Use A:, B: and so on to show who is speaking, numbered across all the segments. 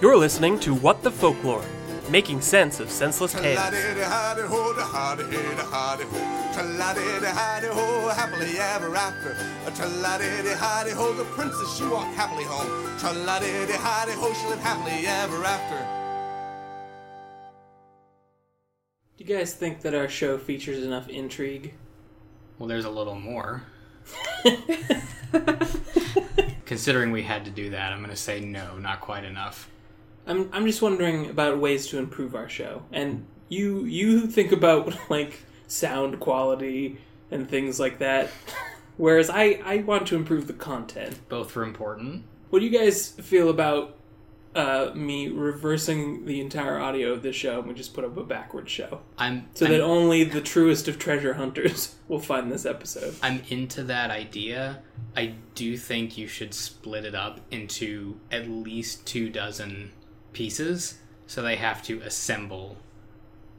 A: You're listening to What the Folklore, making sense of senseless tales.
B: La-di-di-hi-di-ho, da-ha-di-hi-di-hi-di-ho. Tra-la-di-di-hi-di-ho, happily ever after. Tra-la-di-di-hi-di-ho, the princess she walked happily home. Tra-la-di-di-hi-di-ho, she lived happily ever after.
C: Do you guys think that our show features enough intrigue?
D: Well, there's a little more. Considering we had to do that, I'm going to say no, not quite enough.
C: I'm I'm just wondering about ways to improve our show. And you you think about like sound quality and things like that. Whereas I, I want to improve the content.
D: Both were important.
C: What do you guys feel about uh, me reversing the entire audio of this show and we just put up a backward show?
D: I'm
C: So
D: I'm,
C: that only the truest of treasure hunters will find this episode.
D: I'm into that idea. I do think you should split it up into at least two dozen pieces, so they have to assemble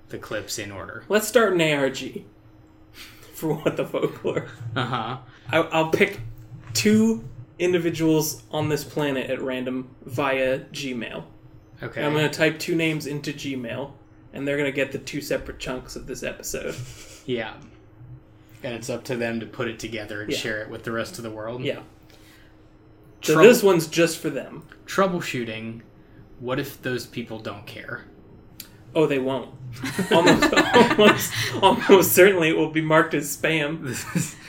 D: the clips in order.
C: Let's start an ARG for what the folklore.
D: Uh huh.
C: I, I'll pick two individuals on this planet at random via Gmail.
D: Okay.
C: I'm going to type two names into Gmail, and they're going to get the two separate chunks of this episode.
D: Yeah. And it's up to them to put it together and
C: Yeah.
D: share it with the rest of the world.
C: Yeah. So
D: Trouble-
C: this one's just for them.
D: troubleshooting. What if those people don't care?
C: Oh, they won't. Almost, almost, almost certainly it will be marked as spam.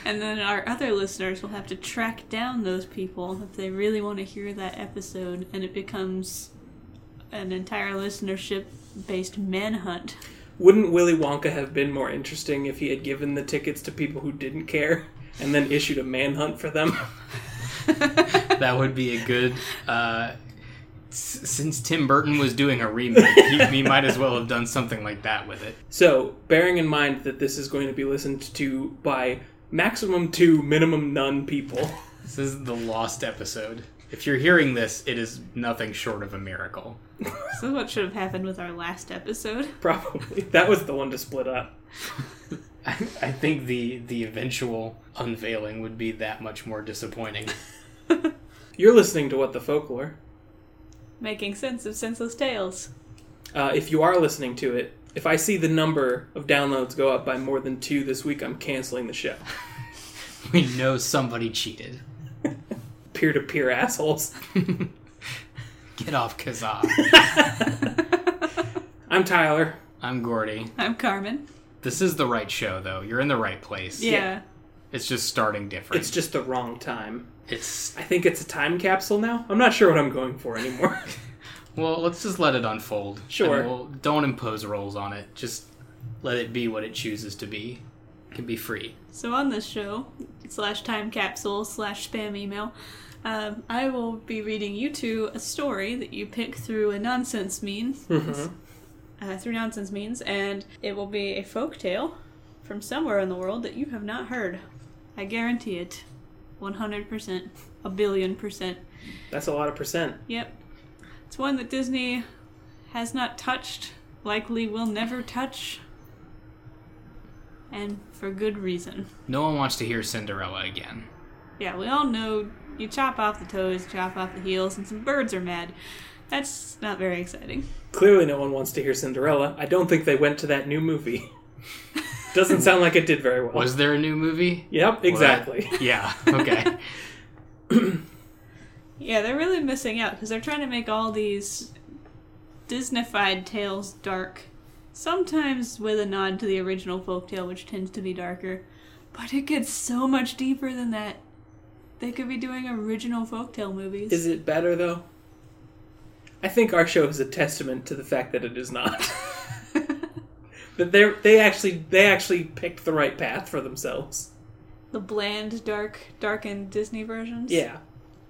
E: And then our other listeners will have to track down those people if they really want to hear that episode, and it becomes an entire listenership based manhunt.
C: Wouldn't Willy Wonka have been more interesting if he had given the tickets to people who didn't care and then issued a manhunt for them?
D: that would be a good. Uh, s- since Tim Burton was doing a remake, he, he might as well have done something like that with it.
C: So, bearing in mind that this is going to be listened to by maximum two, minimum none people,
D: This is the lost episode. If you're hearing this, it is nothing short of a miracle.
E: This is what should have happened with our last episode.
C: probably. That was the one to split up.
D: I, I think the the eventual unveiling would be that much more disappointing.
C: You're listening to What the Folklore.
E: Making sense of senseless tales.
C: Uh, if you are listening to it, if I see the number of downloads go up by more than two this week, I'm canceling the show.
D: We know somebody cheated.
C: Peer to peer assholes.
D: Get off Kazaa.
C: I'm Tyler.
D: I'm Gordy.
E: I'm Carmen.
D: This is the right show, though. You're in the right place.
E: Yeah.
D: It's just starting different.
C: It's just the wrong time.
D: It's
C: I think it's a time capsule now. I'm not sure what I'm going for anymore.
D: well, let's just let it unfold.
C: Sure.
D: And we'll, don't impose roles on it. Just let it be what it chooses to be. It can be free.
E: So on this show, slash time capsule, slash spam email, um, I will be reading you two a story that you pick through a nonsense means, uh, through nonsense means, and it will be a folk tale from somewhere in the world that you have not heard. I guarantee it, one hundred percent, a billion percent.
C: That's a lot of percent.
E: Yep, it's one that Disney has not touched, likely will never touch, and for good reason.
D: No one wants to hear Cinderella again.
E: Yeah, we all know you chop off the toes, chop off the heels, and some birds are mad. That's not very exciting.
C: Clearly, no one wants to hear Cinderella. I don't think they went to that new movie. Doesn't sound like it did very well.
D: Was there a new movie?
C: Yep, exactly.
D: Yeah. Okay.
E: Yeah, they're really missing out because they're trying to make all these Disneyfied tales dark, sometimes with a nod to the original folktale, which tends to be darker. But it gets so much deeper than that. They could be doing original folktale movies.
C: Is it better though? I think our show is a testament to the fact that it is not. that they they actually they actually picked the right path for themselves.
E: the bland, dark, darkened Disney versions?
C: Yeah.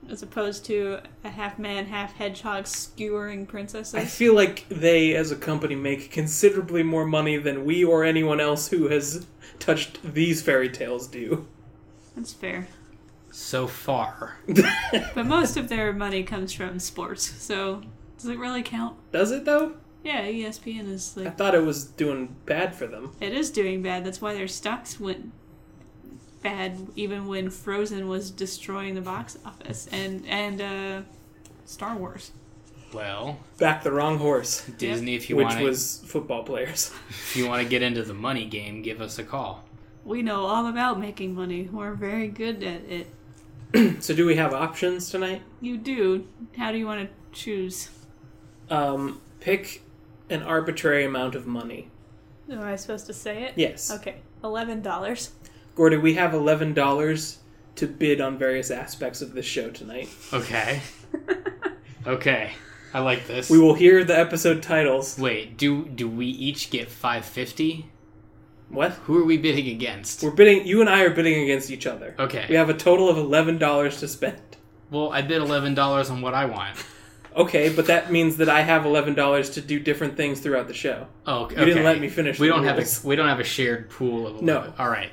E: As opposed to a half man, half hedgehog skewering princesses?
C: I feel like they as a company make considerably more money than we or anyone else who has touched these fairy tales do.
E: That's fair.
D: So far,
E: But most of their money comes from sports, so does it really count?
C: Does it though?
E: Yeah, E ESPN is
C: I
E: like
C: thought it was doing bad for them.
E: it is doing bad. That's why their stocks went bad, even when Frozen was destroying the box office and and uh, Star Wars.
D: Well,
C: Back the wrong horse,
D: Disney, if you
C: which
D: want
C: was football players.
D: if you want to get into the money game, give us a call.
E: We know all about making money. We're very good at it.
C: So, do we have options tonight?
E: You do. How do you want to choose?
C: Um, pick an arbitrary amount of money.
E: Am I supposed to say it?
C: Yes.
E: Okay. Eleven dollars.
C: Gordy, we have eleven dollars to bid on various aspects of this show tonight.
D: Okay. okay. I like this.
C: We will hear the episode titles.
D: Wait, do do we each get 550?
C: What?
D: Who are we bidding against?
C: We're bidding. You and I are bidding against each other.
D: Okay.
C: We have a total of eleven dollars to spend.
D: Well, I bid $11 on what I want.
C: Okay, but that means that I have eleven dollars to do different things throughout the show.
D: Oh, okay.
C: You didn't let me finish
D: We
C: the
D: don't
C: rules.
D: have a we don't have a shared pool of 11.
C: No.
D: All right.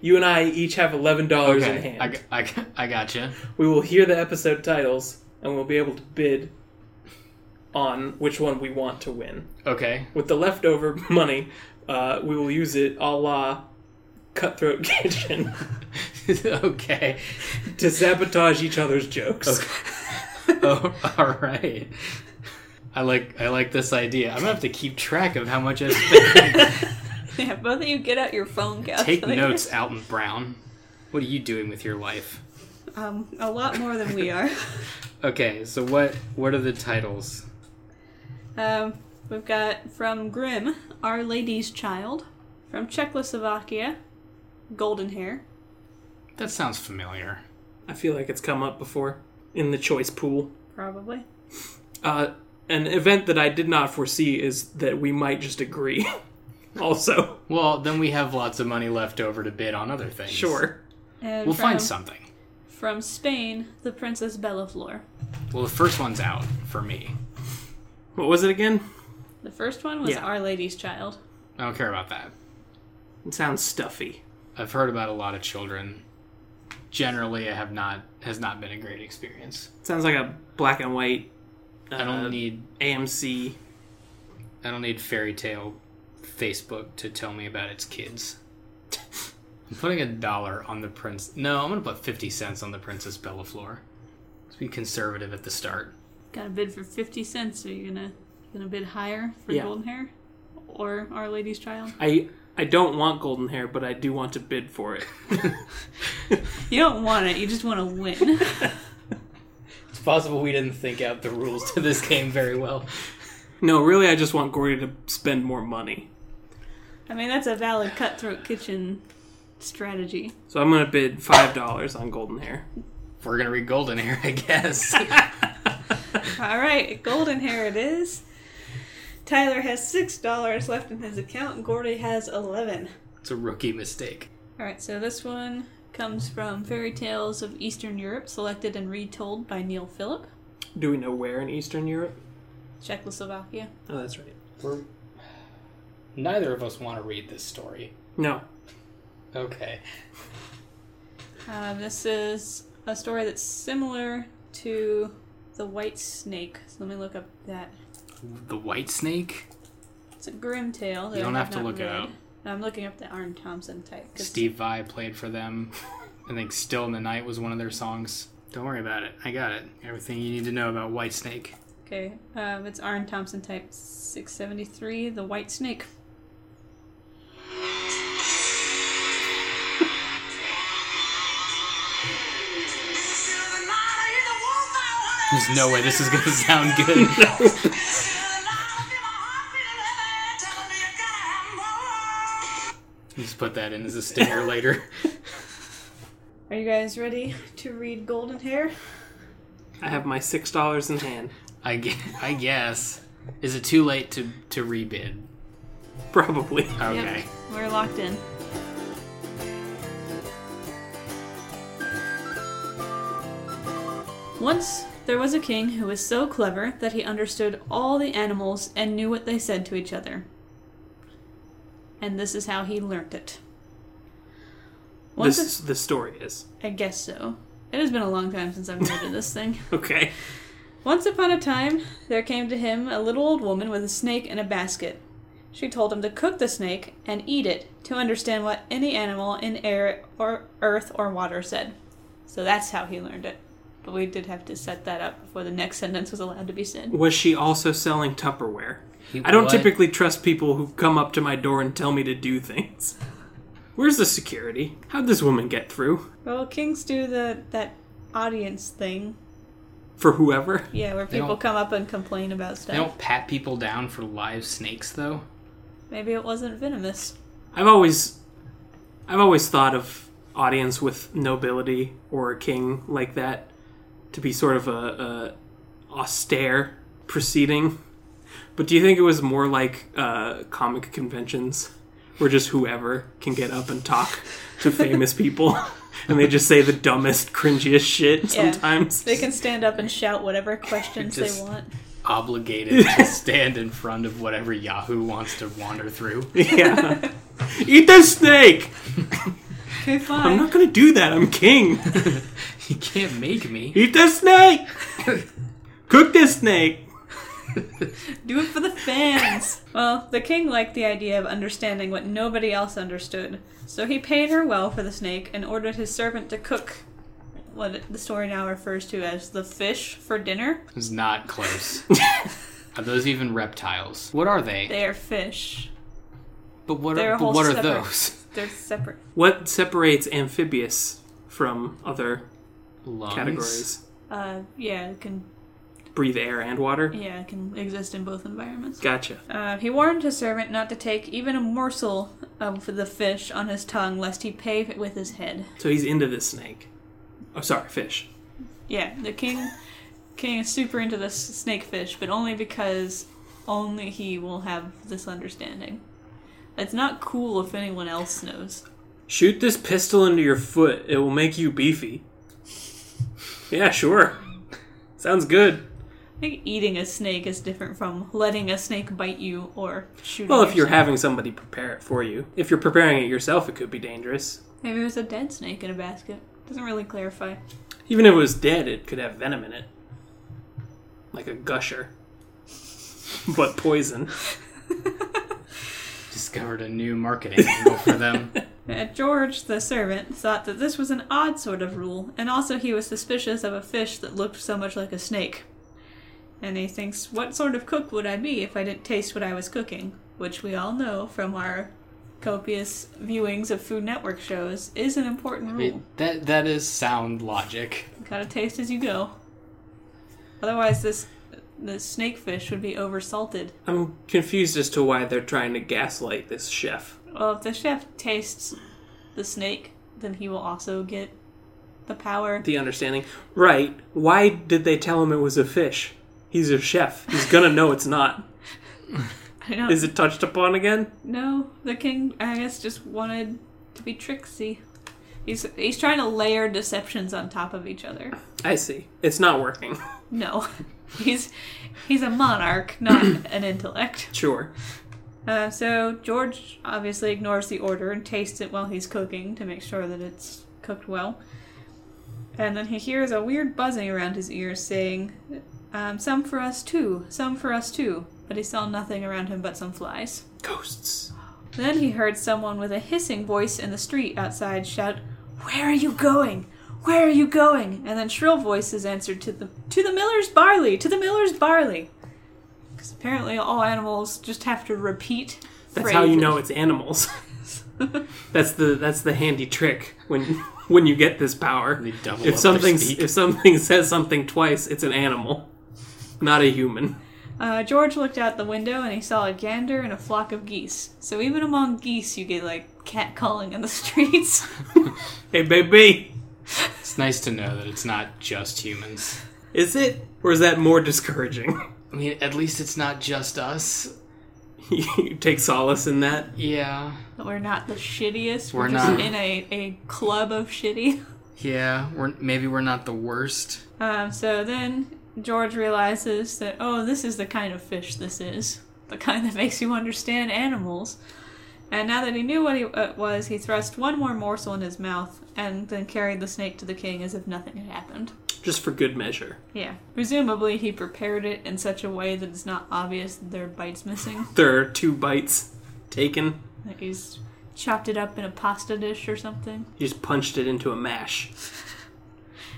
C: You and I each have eleven dollars in
D: Okay.
C: hand.
D: I, g- I, g- I gotcha.
C: we will hear the episode titles and we'll be able to bid on which one we want to win.
D: Okay.
C: With the leftover money, uh, we will use it a la Cutthroat Kitchen
D: okay.
C: to sabotage each other's jokes.
D: Oh, all right. I like I like this idea. I'm gonna have to keep track of how much I spent.
E: Yeah, both of you get out your phone calculator.
D: Take notes, Alton Brown. What are you doing with your life?
E: Um, a lot more than we are.
D: Okay, so what what are the titles?
E: Um, we've got from Grimm, Our Lady's Child. From Czechoslovakia, Golden Hair.
D: That sounds familiar.
C: I feel like it's come up before in the choice pool.
E: Probably.
C: Uh, an event that I did not foresee is that we might just agree. also,
D: Well, then we have lots of money left over to bid on other things.
C: sure.
E: And
D: We'll
E: from,
D: find something.
E: From Spain, The Princess Bellaflor.
D: Well, the first one's out for me.
C: What was it again?
E: The first one was
C: Yeah.
E: Our Lady's Child.
D: I don't care about that.
C: It sounds stuffy.
D: I've heard about a lot of children. Generally, I have not has not been a great experience.
C: It sounds like a black and white uh,
D: I don't need
C: AMC.
D: I don't need fairy tale Facebook to tell me about its kids. I'm putting a dollar on the prince. No, I'm gonna put fifty cents on the Princess Bellaflor. Let's be conservative at the start.
E: Got a bid for 50 cents. Are you gonna, gonna bid higher for
C: Yeah.
E: Golden Hair? Or Our Lady's Child?
C: I I don't want golden hair, but I do want to bid for it.
E: You don't want it, you just want to win.
D: It's possible we didn't think out the rules to this game very well.
C: No, really, I just want Gordy to spend more money.
E: I mean, that's a valid cutthroat kitchen strategy.
C: So I'm gonna bid five dollars on golden hair.
D: We're gonna read Golden Hair, I guess.
E: All right, golden hair it is. Tyler has six dollars left in his account. Gordy has eleven.
D: it's a rookie mistake.
E: All right, so this one comes from Fairy Tales of Eastern Europe, selected and retold by Neil Philip,
C: Do we know where in Eastern Europe?
E: Czechoslovakia.
C: Oh, that's right.
D: We're neither of us want to read this story.
C: No,
D: Okay.
E: Um, this is a story that's similar to the White Snake. So let me look up that.
D: The White Snake?
E: It's a grim tale. That
D: You don't
E: I
D: have to
E: not
D: look it
E: read.
D: up.
E: I'm looking up the Arn Thompson type. 'cause-
D: Steve Vai played for them. I think Still in the Night was one of their songs. Don't worry about it. I got it. Everything you need to know about White Snake.
E: Okay, um, it's Arn Thompson type 673, the white snake.
D: There's no way this is going to sound good. Just put that in as a stinger later.
E: Are you guys ready to read Golden Hair?
C: I have my six dollars in hand.
D: I, gue- I guess. Is it too late to, to rebid?
C: Probably.
D: Okay.
E: We're locked in. Once there was a king who was so clever that he understood all the animals and knew what they said to each other. And this is how he learnt it. Once a-
C: This the story is
E: I guess so. It has been a long time since I've read this thing.
C: okay.
E: Once upon a time, there came to him a little old woman with a snake in a basket. She told him to cook the snake and eat it to understand what any animal in air or earth or water said. So that's how he learned it. but we did have to set that up before the next sentence was allowed to be said.
C: Was she also selling Tupperware?
F: He-
C: I don't
F: what?
C: typically trust people who come up to my door and tell me to do things. Where's the security? How'd this woman get through?
E: Well, kings do the that audience thing,
C: For whoever?
E: yeah, where people
F: don't-
E: come up and complain about
F: They
E: stuff.
F: don't pat people down for live snakes, though.
E: Maybe it wasn't venomous.
C: I've always I've always thought of audience with nobility or a king like that to be sort of a, a austere proceeding. But do you think it was more like uh, comic conventions where just whoever can get up and talk to famous people and they just say the dumbest, cringiest shit
E: Yeah.
C: sometimes?
E: They can stand up and shout whatever questions
F: Just-
E: they want.
F: Obligated to stand in front of whatever Yahoo wants to wander through.
C: Yeah. Eat this snake!
E: Okay, fine.
C: I'm not gonna do that, I'm king!
F: You can't make me.
C: Eat this snake! Cook this snake!
E: Do it for the fans. well, the king liked the idea of understanding what nobody else understood, so he paid her well for the snake and ordered his servant to cook what the story now refers to as the fish for dinner.
F: It's not close. Are those even reptiles? What are they?
E: They are fish.
F: but what
E: they're
F: are,
E: a
F: but
E: whole
F: what are
E: separate-
F: those?
E: They're separate.
C: What separates amphibious from other
F: Lungs?
C: categories?
E: Uh, yeah, it can
C: Breathe air and water?
E: yeah, it can exist in both environments.
C: Gotcha.
E: Uh, he warned his servant not to take even a morsel of the fish on his tongue, lest he pay with his head.
C: So he's into this snake. Oh, sorry, fish.
E: Yeah, the king king is super into this snake fish, but only because only he will have this understanding. It's not cool if anyone else knows.
C: Shoot this pistol into your foot. It will make you beefy. Yeah, sure. Sounds good.
E: I think eating a snake is different from letting a snake bite you or shooting.
C: Well, if you're
E: yourself.
C: having somebody prepare it for you. If you're preparing it yourself, it could be dangerous.
E: maybe it was a dead snake in a basket. Doesn't really clarify.
C: Even if it was dead, it could have venom in it. Like a gusher. but poison.
F: Discovered a new marketing angle for them.
E: Uh, George, the servant, thought that this was an odd sort of rule, and also he was suspicious of a fish that looked so much like a snake. And he thinks, what sort of cook would I be if I didn't taste what I was cooking? Which we all know from our copious viewings of Food Network shows is an important
F: I mean,
E: rule.
F: that that is sound logic.
E: Gotta taste as you go. Otherwise, this this snake fish would be oversalted.
C: I'm confused as to why they're trying to gaslight this chef.
E: Well, if the chef tastes the snake, then he will also get the power.
C: The understanding. Right. Why did they tell him it was a fish? He's a chef. He's gonna know it's not.
E: I don't
C: Is it touched upon again?
E: No, the king, I guess, just wanted to be tricksy. He's he's trying to layer deceptions on top of each other.
C: I see. It's not working.
E: No, he's he's a monarch, not an intellect.
C: Sure.
E: Uh, so George obviously ignores the order and tastes it while he's cooking to make sure that it's cooked well. And then he hears a weird buzzing around his ears, saying, um, "Some for us too, some for us too." But he saw nothing around him but some flies.
C: Ghosts.
E: Then he heard someone with a hissing voice in the street outside shout, "Where are you going? Where are you going?" And then shrill voices answered to the to the miller's barley, to the miller's barley. Because apparently all animals just have to repeat.
C: That's how you know it's animals. that's the that's the handy trick when when you get this power.
F: They double
C: If
F: up
C: something
F: their speak.
C: if something says something twice, it's an animal, not a human.
E: Uh, George looked out the window and he saw a gander and a flock of geese. So even among geese, you get like cat calling in the streets.
C: Hey, baby,
F: It's nice to know that it's not just humans.
C: is it or is that more discouraging?
F: I mean, at least it's not just us.
C: you take solace in that.
F: Yeah.
E: We're not the shittiest.
F: We're
E: just
F: not.
E: in a, a club of shitty.
F: Yeah, we're maybe we're not the worst.
E: Um, so then George realizes that, oh, this is the kind of fish this is. The kind that makes you understand animals. And now that he knew what he- uh, it was, he thrust one more morsel in his mouth and then carried the snake to the king as if nothing had happened.
C: Just for good measure.
E: Yeah. Presumably, he prepared it in such a way that it's not obvious that there are bites missing.
C: There are two bites taken.
E: Like he's chopped it up in a pasta dish or something.
C: You just punched it into a mash.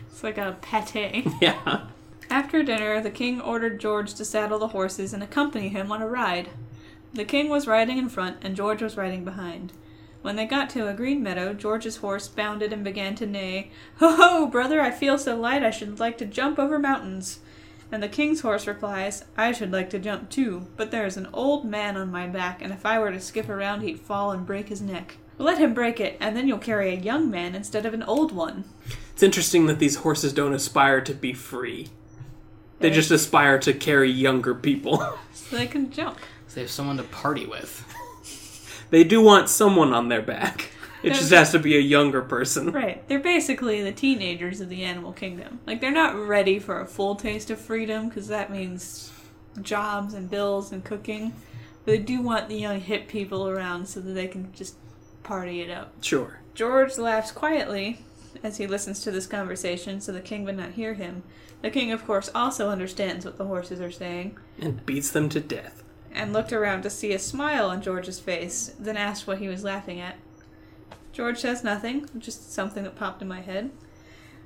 E: It's like a pate.
F: Yeah.
E: After dinner, the king ordered George to saddle the horses and accompany him on a ride. The king was riding in front, and George was riding behind. When they got to a green meadow, George's horse bounded and began to neigh, Ho ho, brother, I feel so light I should like to jump over mountains. And the king's horse replies, I should like to jump too, but there is an old man on my back, and if I were to skip around, he'd fall and break his neck. Let him break it, and then you'll carry a young man instead of an old one.
C: It's interesting that these horses don't aspire to be free. They
E: Right.
C: just aspire to carry younger people.
E: So they can jump.
F: So they have someone to party with.
C: they do want someone on their back. It just has to be a younger person.
E: Right. They're basically the teenagers of the animal kingdom. Like, they're not ready for a full taste of freedom because that means jobs and bills and cooking. But they do want the young hip people around so that they can just party it up.
C: Sure.
E: George laughs quietly as he listens to this conversation so the king would not hear him. The king, of course, also understands what the horses are saying
C: And beats them to death.
E: and looked around to see a smile on George's face, then asked what he was laughing at. George says nothing, just something that popped in my head.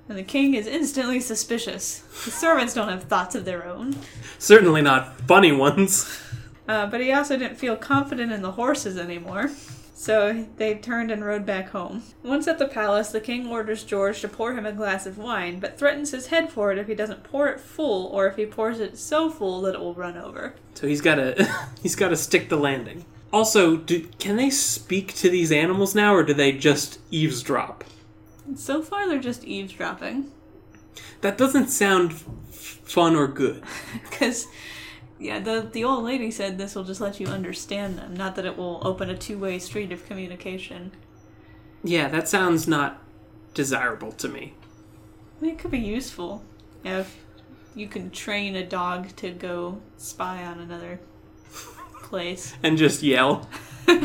E: And the king is instantly suspicious. The servants don't have thoughts of their own.
C: Certainly not funny ones.
E: Uh, but he also didn't feel confident in the horses anymore. So they turned and rode back home. Once at the palace, the king orders George to pour him a glass of wine, but threatens his head for it if he doesn't pour it full or if he pours it so full that it will run over.
C: So he's gotta he's gotta stick the landing. Also, do, can they speak to these animals now, or do they just eavesdrop?
E: So far, they're just eavesdropping.
C: That doesn't sound f- fun or good.
E: Because, yeah, the the old lady said this will just let you understand them, not that it will open a two way street of communication.
C: Yeah, that sounds not desirable to me.
E: I mean, it could be useful you know, if you can train a dog to go spy on another place.
C: And just yell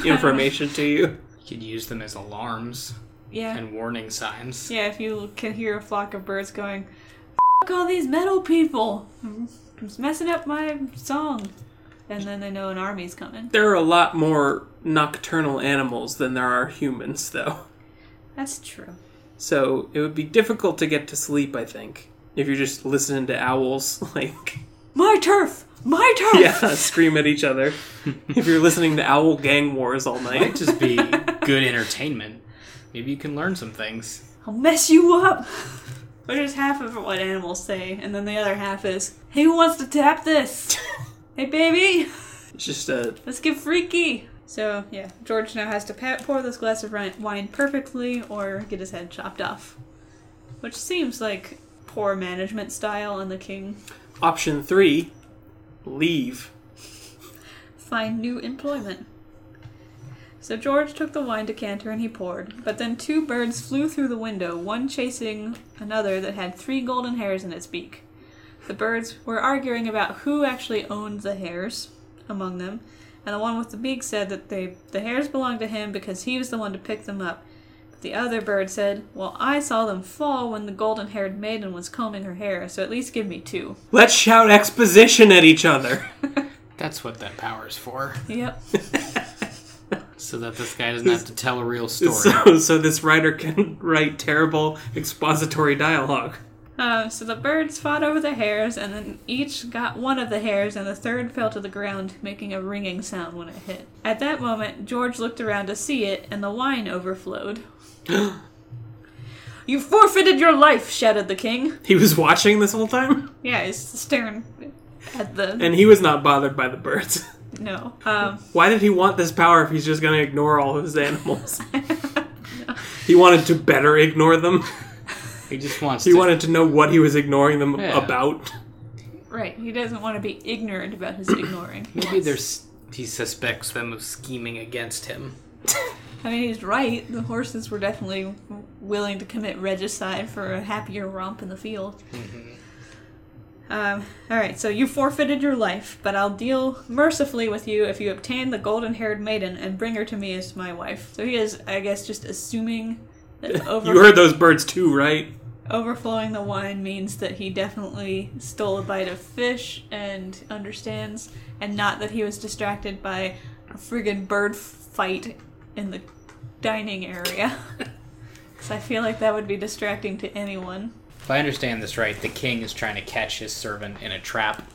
C: information to you.
F: You could use them as alarms
E: Yeah,
F: and warning signs.
E: yeah. If you can hear a flock of birds going, "Fuck all these metal people, it's messing up my song," and then they know an army's coming.
C: There are a lot more nocturnal animals than there are humans, though.
E: That's true.
C: So it would be difficult to get to sleep, I think, if you're just listening to owls, like,
E: My turf, my turf.
C: yeah, scream at each other. If you're listening to owl gang wars all
F: It'd
C: night.
F: just be good entertainment. Maybe you can learn some things.
E: I'll mess you up. Which is half of what animals say, and then the other half is, "Hey, who wants to tap this? hey, baby,
C: It's just a.
E: let's get freaky." So yeah, George now has to pa- pour this glass of ri- wine perfectly, or get his head chopped off, which seems like poor management style on the king.
C: Option three leave.
E: find new employment. So George took the wine decanter and he poured, but then two birds flew through the window, one chasing another that had three golden hairs in its beak. The birds were arguing about who actually owned the hairs among them, and the one with the beak said that they the hairs belonged to him because he was the one to pick them up. But the other bird said, "Well, I saw them fall when the golden-haired maiden was combing her hair, so at least give me two.
C: Let's shout exposition at each other.
F: That's what that power is for.
E: Yep.
F: So that this guy doesn't have to tell a real story.
C: So, so this writer can write terrible expository dialogue.
E: Uh, so the birds fought over the hairs, and then each got one of the hairs, and the third fell to the ground, making a ringing sound when it hit. At that moment, George looked around to see it, and the wine overflowed. you forfeited your life! shouted the king.
C: He was watching this whole time,
E: Yeah, he's staring at the.
C: and he was not bothered by the birds.
E: No. Um,
C: Why did he want this power if he's just going to ignore all of his animals? He wanted to better ignore them.
F: He just wants
C: He
F: to.
C: wanted to know what he was ignoring them
F: Yeah.
C: about.
E: right, he doesn't want to be ignorant about his ignoring.
F: Maybe there's. He suspects them of scheming against him.
E: I mean, he's right. The horses were definitely willing to commit regicide for a happier romp in the field. Um, all right, so you forfeited your life, but I'll deal mercifully with you if you obtain the golden haired maiden and bring her to me as my wife. So he is, I guess, just assuming that over-
C: You heard those birds too, right?
E: overflowing the wine means that he definitely stole a bite of fish and understands, and not that he was distracted by a friggin' bird fight in the dining area. Because I feel like that would be distracting to anyone.
D: If I understand this right, the king is trying to catch his servant in a trap.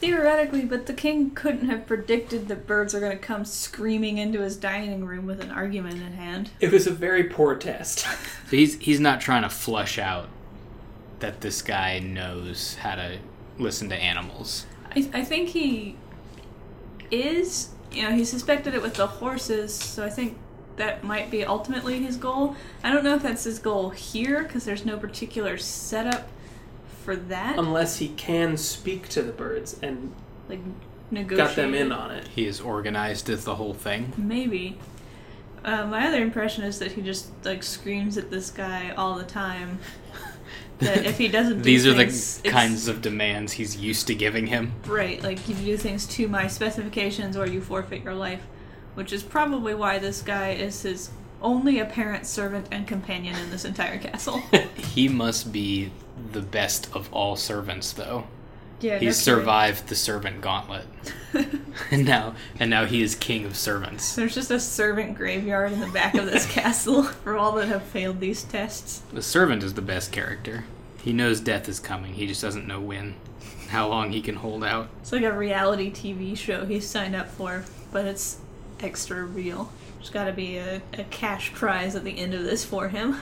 E: Theoretically, but the king couldn't have predicted that birds are going to come screaming into his dining room with an argument in hand.
C: It was a very poor test.
D: So he's he's not trying to flush out that this guy knows how to listen to animals.
E: I, I think he is. You know, he suspected it with the horses, so I think that might be ultimately his goal. I don't know if that's his goal here, because there's no particular setup for that.
D: Um,
C: Unless he can speak to the birds and
E: like, negotiate.
C: got them in on it.
D: He is organized as the whole thing.
E: Maybe. Uh, my other impression is that he just, like, screams at this guy all the time. That if he doesn't do
D: These are the
E: things, it's-
D: kinds of demands he's used to giving him.
E: Right, like you do things to my specifications or you forfeit your life, which is probably why this guy is his only apparent servant and companion in this entire castle.
D: He must be the best of all servants, though.
E: yeah,
D: He's survived the servant gauntlet, and now and now he is king of servants.
E: There's just a servant graveyard in the back of this castle for all that have failed these tests.
D: The servant is the best character. He knows death is coming. He just doesn't know when, how long he can hold out.
E: It's like a reality TV show he signed up for, but it's extra real. There's got to be a, a cash prize at the end of this for him.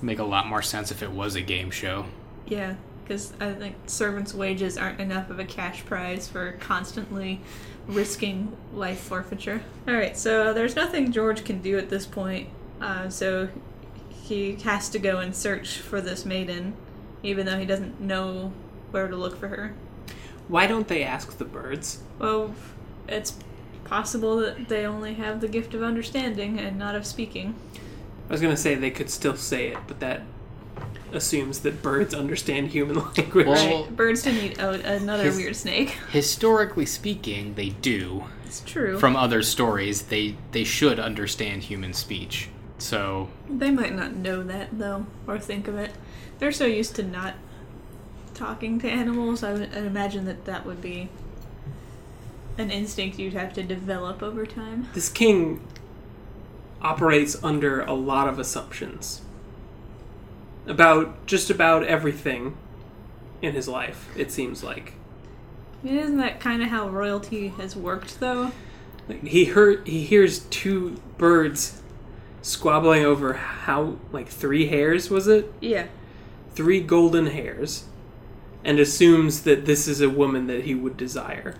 D: Make a lot more sense if it was a game show.
E: Yeah, because I think servants' wages aren't enough of a cash prize for constantly risking life forfeiture. All right, so there's nothing George can do at this point, uh, so he has to go and search for this maiden, even though he doesn't know where to look for her.
C: Why don't they ask the birds?
E: Well, it's possible that they only have the gift of understanding and not of speaking.
C: I was gonna say they could still say it, but that assumes that birds understand human language.
D: Well-
E: Birds didn't eat oh, another
D: His-
E: weird snake.
D: Historically speaking, they do.
E: It's true.
D: From other stories, they they should understand human speech. So
E: They might not know that though, or think of it. They're so used to not talking to animals. I would I'd imagine that that would be an instinct you'd have to develop over time.
C: this king operates under a lot of assumptions about just about everything in his life. It seems like.
E: I mean, isn't that kind of how royalty has worked though?
C: Like, he heard he hears two birds squabbling over how like three hairs was it
E: Yeah.
C: three golden hairs and assumes that this is a woman that he would desire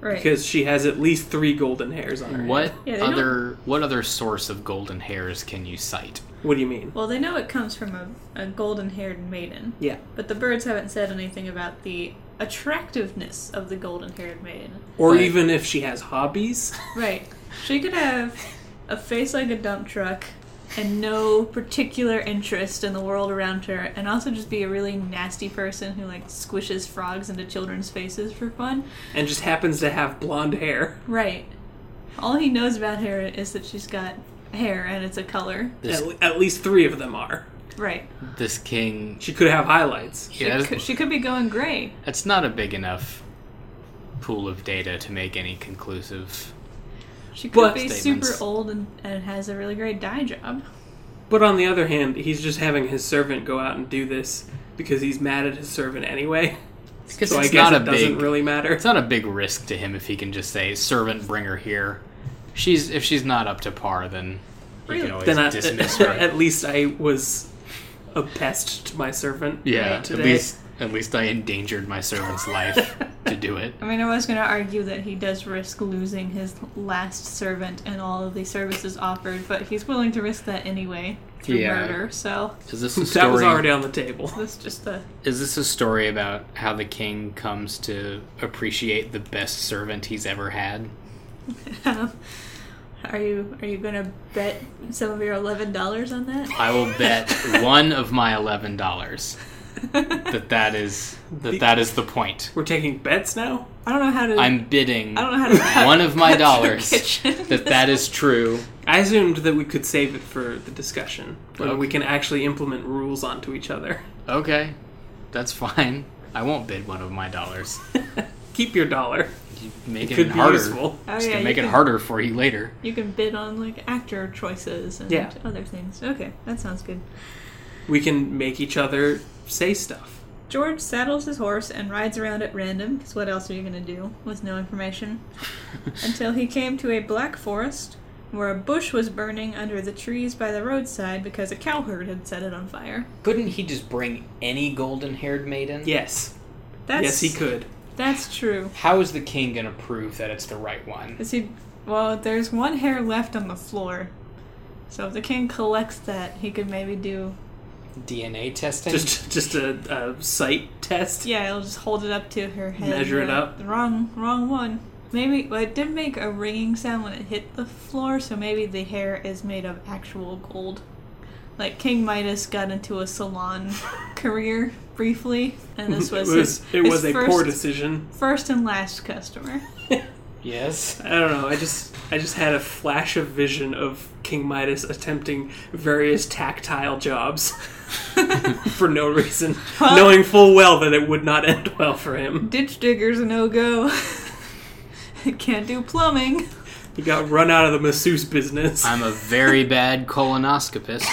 E: Right.
C: because she has at least three golden hairs on her
D: what
C: head.
E: Yeah, they don't-
D: other what other source of golden hairs can you cite?
C: what do you mean
E: well, they know it comes from a, a golden haired maiden,
C: yeah
E: but the birds haven't said anything about the attractiveness of the golden haired maiden.
C: or
D: Right.
C: even if she has hobbies
E: Right. She could have a face like a dump truck and no particular interest in the world around her, and also just be a really nasty person who, like, squishes frogs into children's faces for fun.
C: and just happens to have blonde hair
E: Right. All he knows about her is that she's got hair and it's a color.
D: This
C: at, at least three of them are
E: Right.
D: this king.
C: she could have highlights
E: She,
D: Yeah,
E: could,
D: that's,
E: she could be going gray.
D: that's not a big enough pool of data to make any conclusive.
E: She could
C: But-
E: be
D: Statements.
E: super old and, and has a really great dye job.
C: but on the other hand he's just having his servant go out and do this because he's mad at his servant anyway
D: Because
C: so
D: it's
C: i guess
D: not a
C: it doesn't
D: big.
C: really matter
D: It's not a big risk to him if he can just say, "Servant, bring her here." She's if she's not up to par, then you
E: Really?
D: can always
C: then I,
D: dismiss her.
C: at least I was a pest to my servant.
D: yeah, at
C: today.
D: least at least I endangered my servant's life to do it.
E: I mean, I was going to argue that he does risk losing his last servant and all of the services offered, but he's willing to risk that anyway through
D: Yeah.
E: murder. So
D: Is this a story?
C: that was already on the table.
E: that's just the
D: Is this a story about how the king comes to appreciate the best servant he's ever had?
E: are you are you going to bet some of your eleven dollars on that?
D: I will bet one of my eleven dollars that that is that that is the point.
C: We're taking bets now.
E: I don't know how to.
D: I'm bidding
E: I don't know how to. Cut,
D: one of my
E: cut to the
D: dollars
E: kitchen.
D: that that is true.
C: I assumed that we could save it for the discussion when
D: Okay.
C: we can actually implement rules onto each other.
D: Okay, that's fine. I won't bid one of my dollars.
C: Keep your dollar.
D: You make it,
C: Could be
D: harder.
C: useful.
E: Oh,
D: Just
E: yeah,
D: to
E: you
D: make it
E: can-
D: harder for you later.
E: You can bid on like actor choices and
C: Yeah.
E: other things. Okay, that sounds good.
C: We can make each other
D: say stuff.
E: George saddles his horse and rides around at random, because what else are you going to do with no information? Until he came to a black forest where a bush was burning under the trees by the roadside because a cowherd had set it on fire.
G: Couldn't he just bring any golden haired maiden?
C: Yes.
E: That's,
C: yes, he could.
E: That's true.
D: How is the king gonna prove that it's the right one?
E: Is he? Well, there's one hair left on the floor. So if the king collects that, he could maybe do.
D: DNA testing?
C: Just just a, a sight test.
E: Yeah, he'll just hold it up to her head.
C: Measure it
E: Yeah,
C: up.
E: Wrong, wrong one. Maybe well, it did make a ringing sound when it hit the floor, so maybe the hair is made of actual gold. Like King Midas got into a salon career briefly, and this was
C: it was,
E: his,
C: it
E: his
C: was a
E: first,
C: poor decision.
E: first and last customer.
D: yes.
C: I don't know. I just I just had a flash of vision of King Midas attempting various tactile jobs for no reason, knowing full well that it would not end well for him.
E: Ditch digger's a no go. Can't do plumbing.
C: He got run out of the masseuse business.
D: I'm a very bad colonoscopist.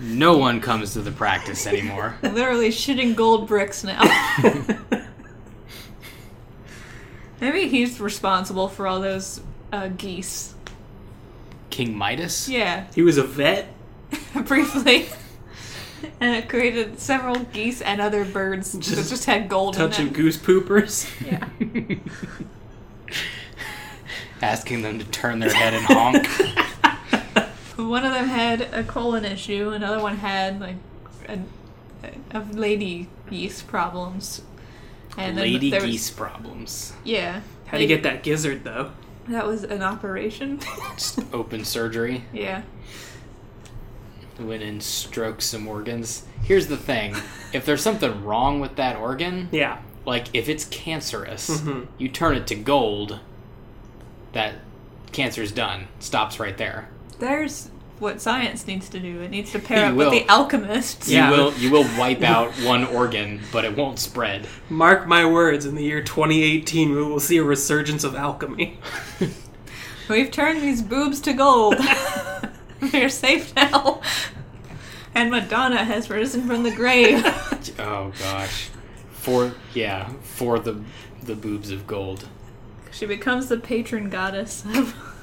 D: no one comes to the practice anymore.
E: Literally shitting gold bricks now. Maybe he's responsible for all those uh, geese.
D: King Midas?
E: Yeah,
C: He was a vet.
E: briefly. and it created several geese and other birds that
C: Just
E: just had gold
C: touching
E: in them.
C: goose poopers.
E: Yeah.
D: Asking them to turn their head and honk.
E: One of them had a colon issue. Another one had like a, a lady geese problems. And then
D: Lady
E: there was-
D: geese problems.
E: Yeah.
C: How'd he get that gizzard though?
E: That was an operation.
D: Just open surgery.
E: yeah.
D: went in stroked some organs. Here's the thing: if there's something wrong with that organ,
C: Yeah.
D: like if it's cancerous,
E: Mm-hmm.
C: Mhm.
D: you turn it to gold. That cancer's done. Stops right there.
E: There's what science needs to do. It needs to pair
D: He
E: up with
D: will.
E: the alchemists.
C: Yeah.
D: You will you will wipe out one organ, but it won't spread.
C: Mark my words, in the year 2018, we will see a resurgence of alchemy.
E: We've turned these boobs to gold. They're safe now. And Madonna has risen from the grave.
D: Oh gosh, for yeah, for the the boobs of gold
E: she becomes the patron goddess of.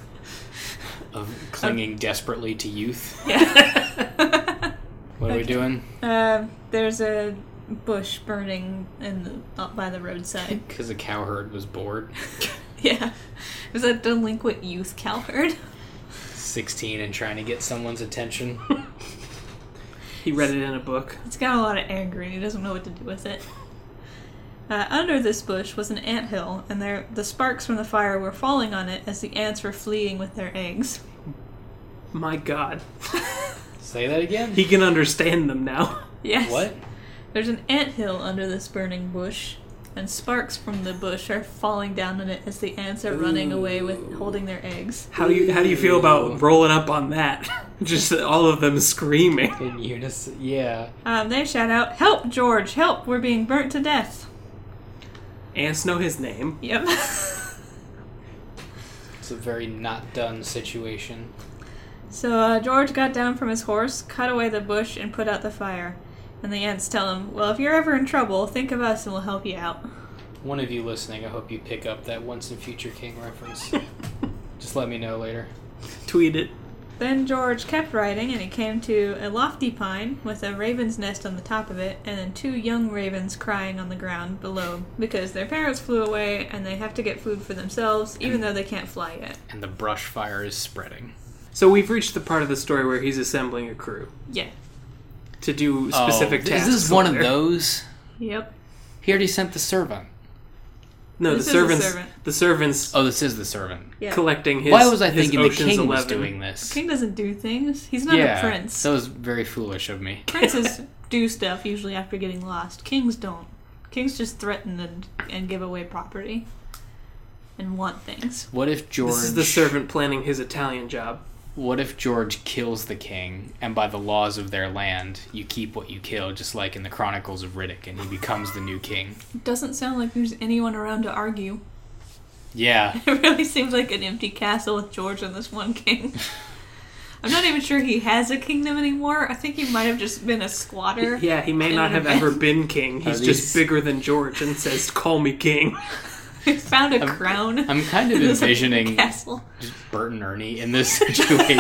D: of clinging desperately to youth.
E: Yeah.
D: What are we doing?
E: uh, there's a bush burning in the, up by the roadside.
D: Because a cowherd was bored.
E: Yeah. It was a delinquent youth cowherd.
D: 16 and trying to get someone's attention.
C: He read it in a book.
E: It's got a lot of anger and he doesn't know what to do with it. Uh, under this bush was an ant hill, and there the sparks from the fire were falling on it as the ants were fleeing with their eggs.
C: My God,
D: Say that again.
C: he can understand them now.
E: Yes.
D: What?
E: There's an ant hill under this burning bush, and sparks from the bush are falling down on it as the ants are running away with holding their eggs.
C: How do you how do you feel about rolling up on that? Just all of them screaming.
D: In unison. Yeah.
E: Um, they shout out, "Help, George! Help! We're being burnt to death!"
C: Ants know his name.
E: Yep.
D: It's a very not done situation.
E: So uh, George got down from his horse, cut away the bush, and put out the fire. And the ants tell him, Well, if you're ever in trouble, think of us and we'll help you out.
D: One of you listening, I hope you pick up that once in future king reference. Just let me know later.
C: Tweet it.
E: Then George kept riding and he came to a lofty pine with a raven's nest on the top of it, and then two young ravens crying on the ground below because their parents flew away and they have to get food for themselves, even though they can't fly yet.
D: And the brush fire is spreading.
C: So we've reached the part of the story where he's assembling a crew
E: Yeah.
C: to do specific tasks.
D: Is Oh, this one of
C: over there.
D: those?
E: Yep.
D: He already sent the servant.
C: No,
E: This
C: the
E: is a
C: servants.
E: servant.
C: The servants
D: Oh, this is the servant.
E: Yeah.
C: collecting his.
D: Why was I
C: his
D: thinking the
C: Ocean's
D: king was
C: 11.
D: doing this?
E: King doesn't do things, he's not
D: yeah,
E: a prince.
D: that was very foolish of me.
E: Princes do stuff usually after getting lost. Kings don't. Kings just threaten and, and give away property and want things.
D: What if George?
C: This is the servant planning his Italian job.
D: What if George kills the king, and by the laws of their land, you keep what you kill, just like in the Chronicles of Riddick, and he becomes the new king?
E: It doesn't sound like there's anyone around to argue.
D: Yeah,
E: It really seems like an empty castle with George and this one king. I'm not even sure he has a kingdom anymore. I think he might have just been a squatter.
C: Yeah, he may
E: I
C: not
E: don't
C: have
E: know.
C: ever been king. He's just
F: these-
C: bigger than George and says, "Call me king."
E: He found a crown.
F: I'm kind of
E: in this
F: envisioning
E: castle.
F: just Bert and Ernie in this situation.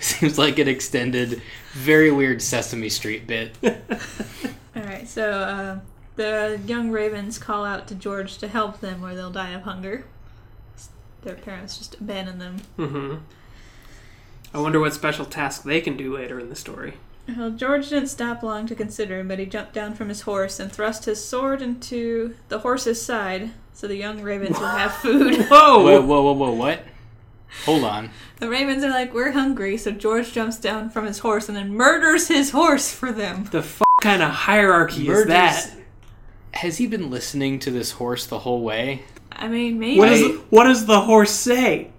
F: Seems like an extended, very weird Sesame Street bit.
E: All right, so uh, the young ravens call out to George to help them, or they'll die of hunger. Their parents just abandon them.
C: hmm I wonder what special task they can do later in the story.
E: Well, George didn't stop long to consider, but he jumped down from his horse and thrust his sword into the horse's side, so the young ravens would have food.
F: Whoa,
C: Whoa!
F: whoa, whoa, whoa, what? Hold on.
E: the ravens are like, "We're hungry," so George jumps down from his horse and then murders his horse for them.
C: The f- kind of hierarchy is
F: Murders-
C: that?
F: Has he been listening to this horse the whole way?
E: I mean, maybe.
C: What, is, what does the horse say?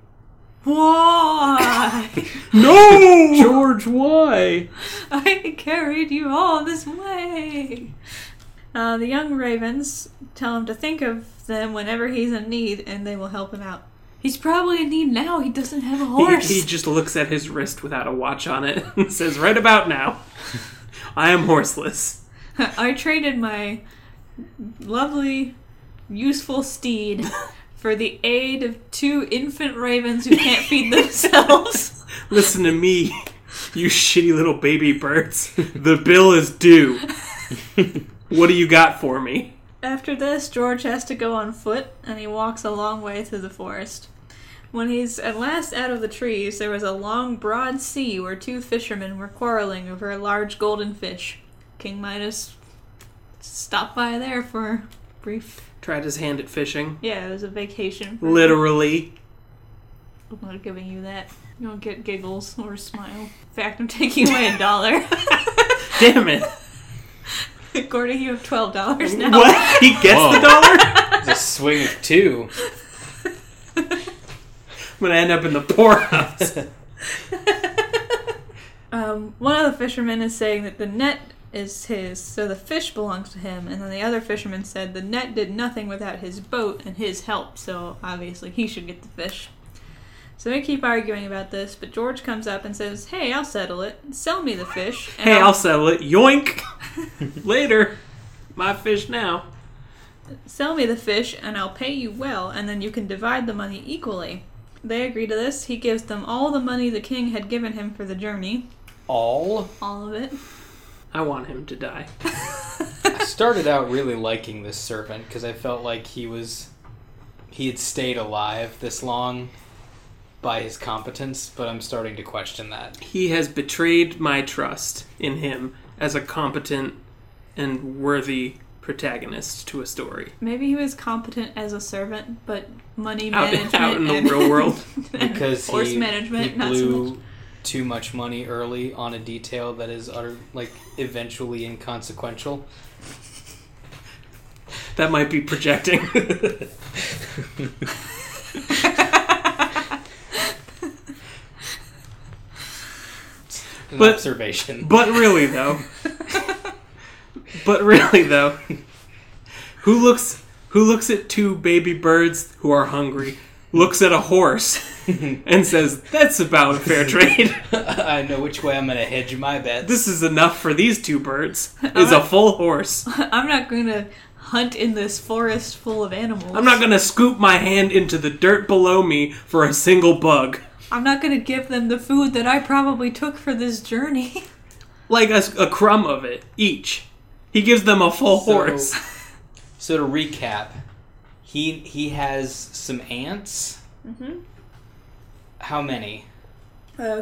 E: Why?
C: No, George. Why?
E: I carried you all this way. Uh, the young ravens tell him to think of them whenever he's in need, and they will help him out. He's probably in need now. He doesn't have a
C: He,
E: horse.
C: he just looks at his wrist without a watch on it and says, "Right about now, I am horseless."
E: I traded my lovely, useful steed for the aid of two infant ravens who can't feed themselves.
C: Listen to me, you shitty little baby birds. The bill is due. what do you got for me?
E: After this, George has to go on foot, and he walks a long way through the forest. When he's at last out of the trees, there was a long, broad sea where two fishermen were quarreling over a large golden fish. King Midas stopped by there for a brief.
C: Tried his hand at fishing.
E: Yeah, it was a vacation.
C: Literally.
E: I'm not giving you that. You don't get giggles or a smile. In fact, I'm taking away a dollar.
C: Damn it.
E: Gordon, you have twelve dollars now.
C: What? He gets the
F: Whoa.
C: dollar?
F: A swing of two.
C: I'm gonna end up in the poorhouse.
E: Um, one of the fishermen is saying that the net is his, so the fish belongs to him, and then the other fisherman said the net did nothing without his boat and his help, so obviously he should get the fish. So they keep arguing about this, but George comes up and says, "Hey, I'll settle it. Sell me the fish." And
C: hey, I'll settle it. Yoink. Later. My fish now.
E: Sell me the fish, and I'll pay you well, and then you can divide the money equally. They agree to this. He gives them all the money the king had given him for the journey,
D: All?
E: all of it.
C: I want him to die.
D: I started out really liking this servant because I felt like he was. He had stayed alive this long by his competence, but I'm starting to question that.
C: He has betrayed my trust in him as a competent and worthy protagonist to a story.
E: Maybe he was competent as a servant, but money
C: Out,
E: management
C: out in the
E: and-
C: real world.
D: Because
E: horse
D: he,
E: management,
D: he
E: not
D: blew
E: so much.
D: too much money early on a detail that is utter, like eventually inconsequential.
C: That might be projecting.
D: An
C: But-
D: observation.
C: But really though. but really though. Who looks who looks at two baby birds who are hungry, looks at a horse and says, "That's about a fair trade.
D: I know which way I'm going to hedge my bets.
C: This is enough for these two birds." Is a full horse.
E: I'm not going to hunt in this forest full of animals.
C: I'm not going to scoop my hand into the dirt below me for a single bug.
E: I'm not going to give them the food that I probably took for this journey.
C: Like a, a crumb of it each. He gives them a full
D: So-
C: horse.
D: So to recap, he he has some ants.
C: Mm-hmm.
E: Mhm.
D: How many?
E: A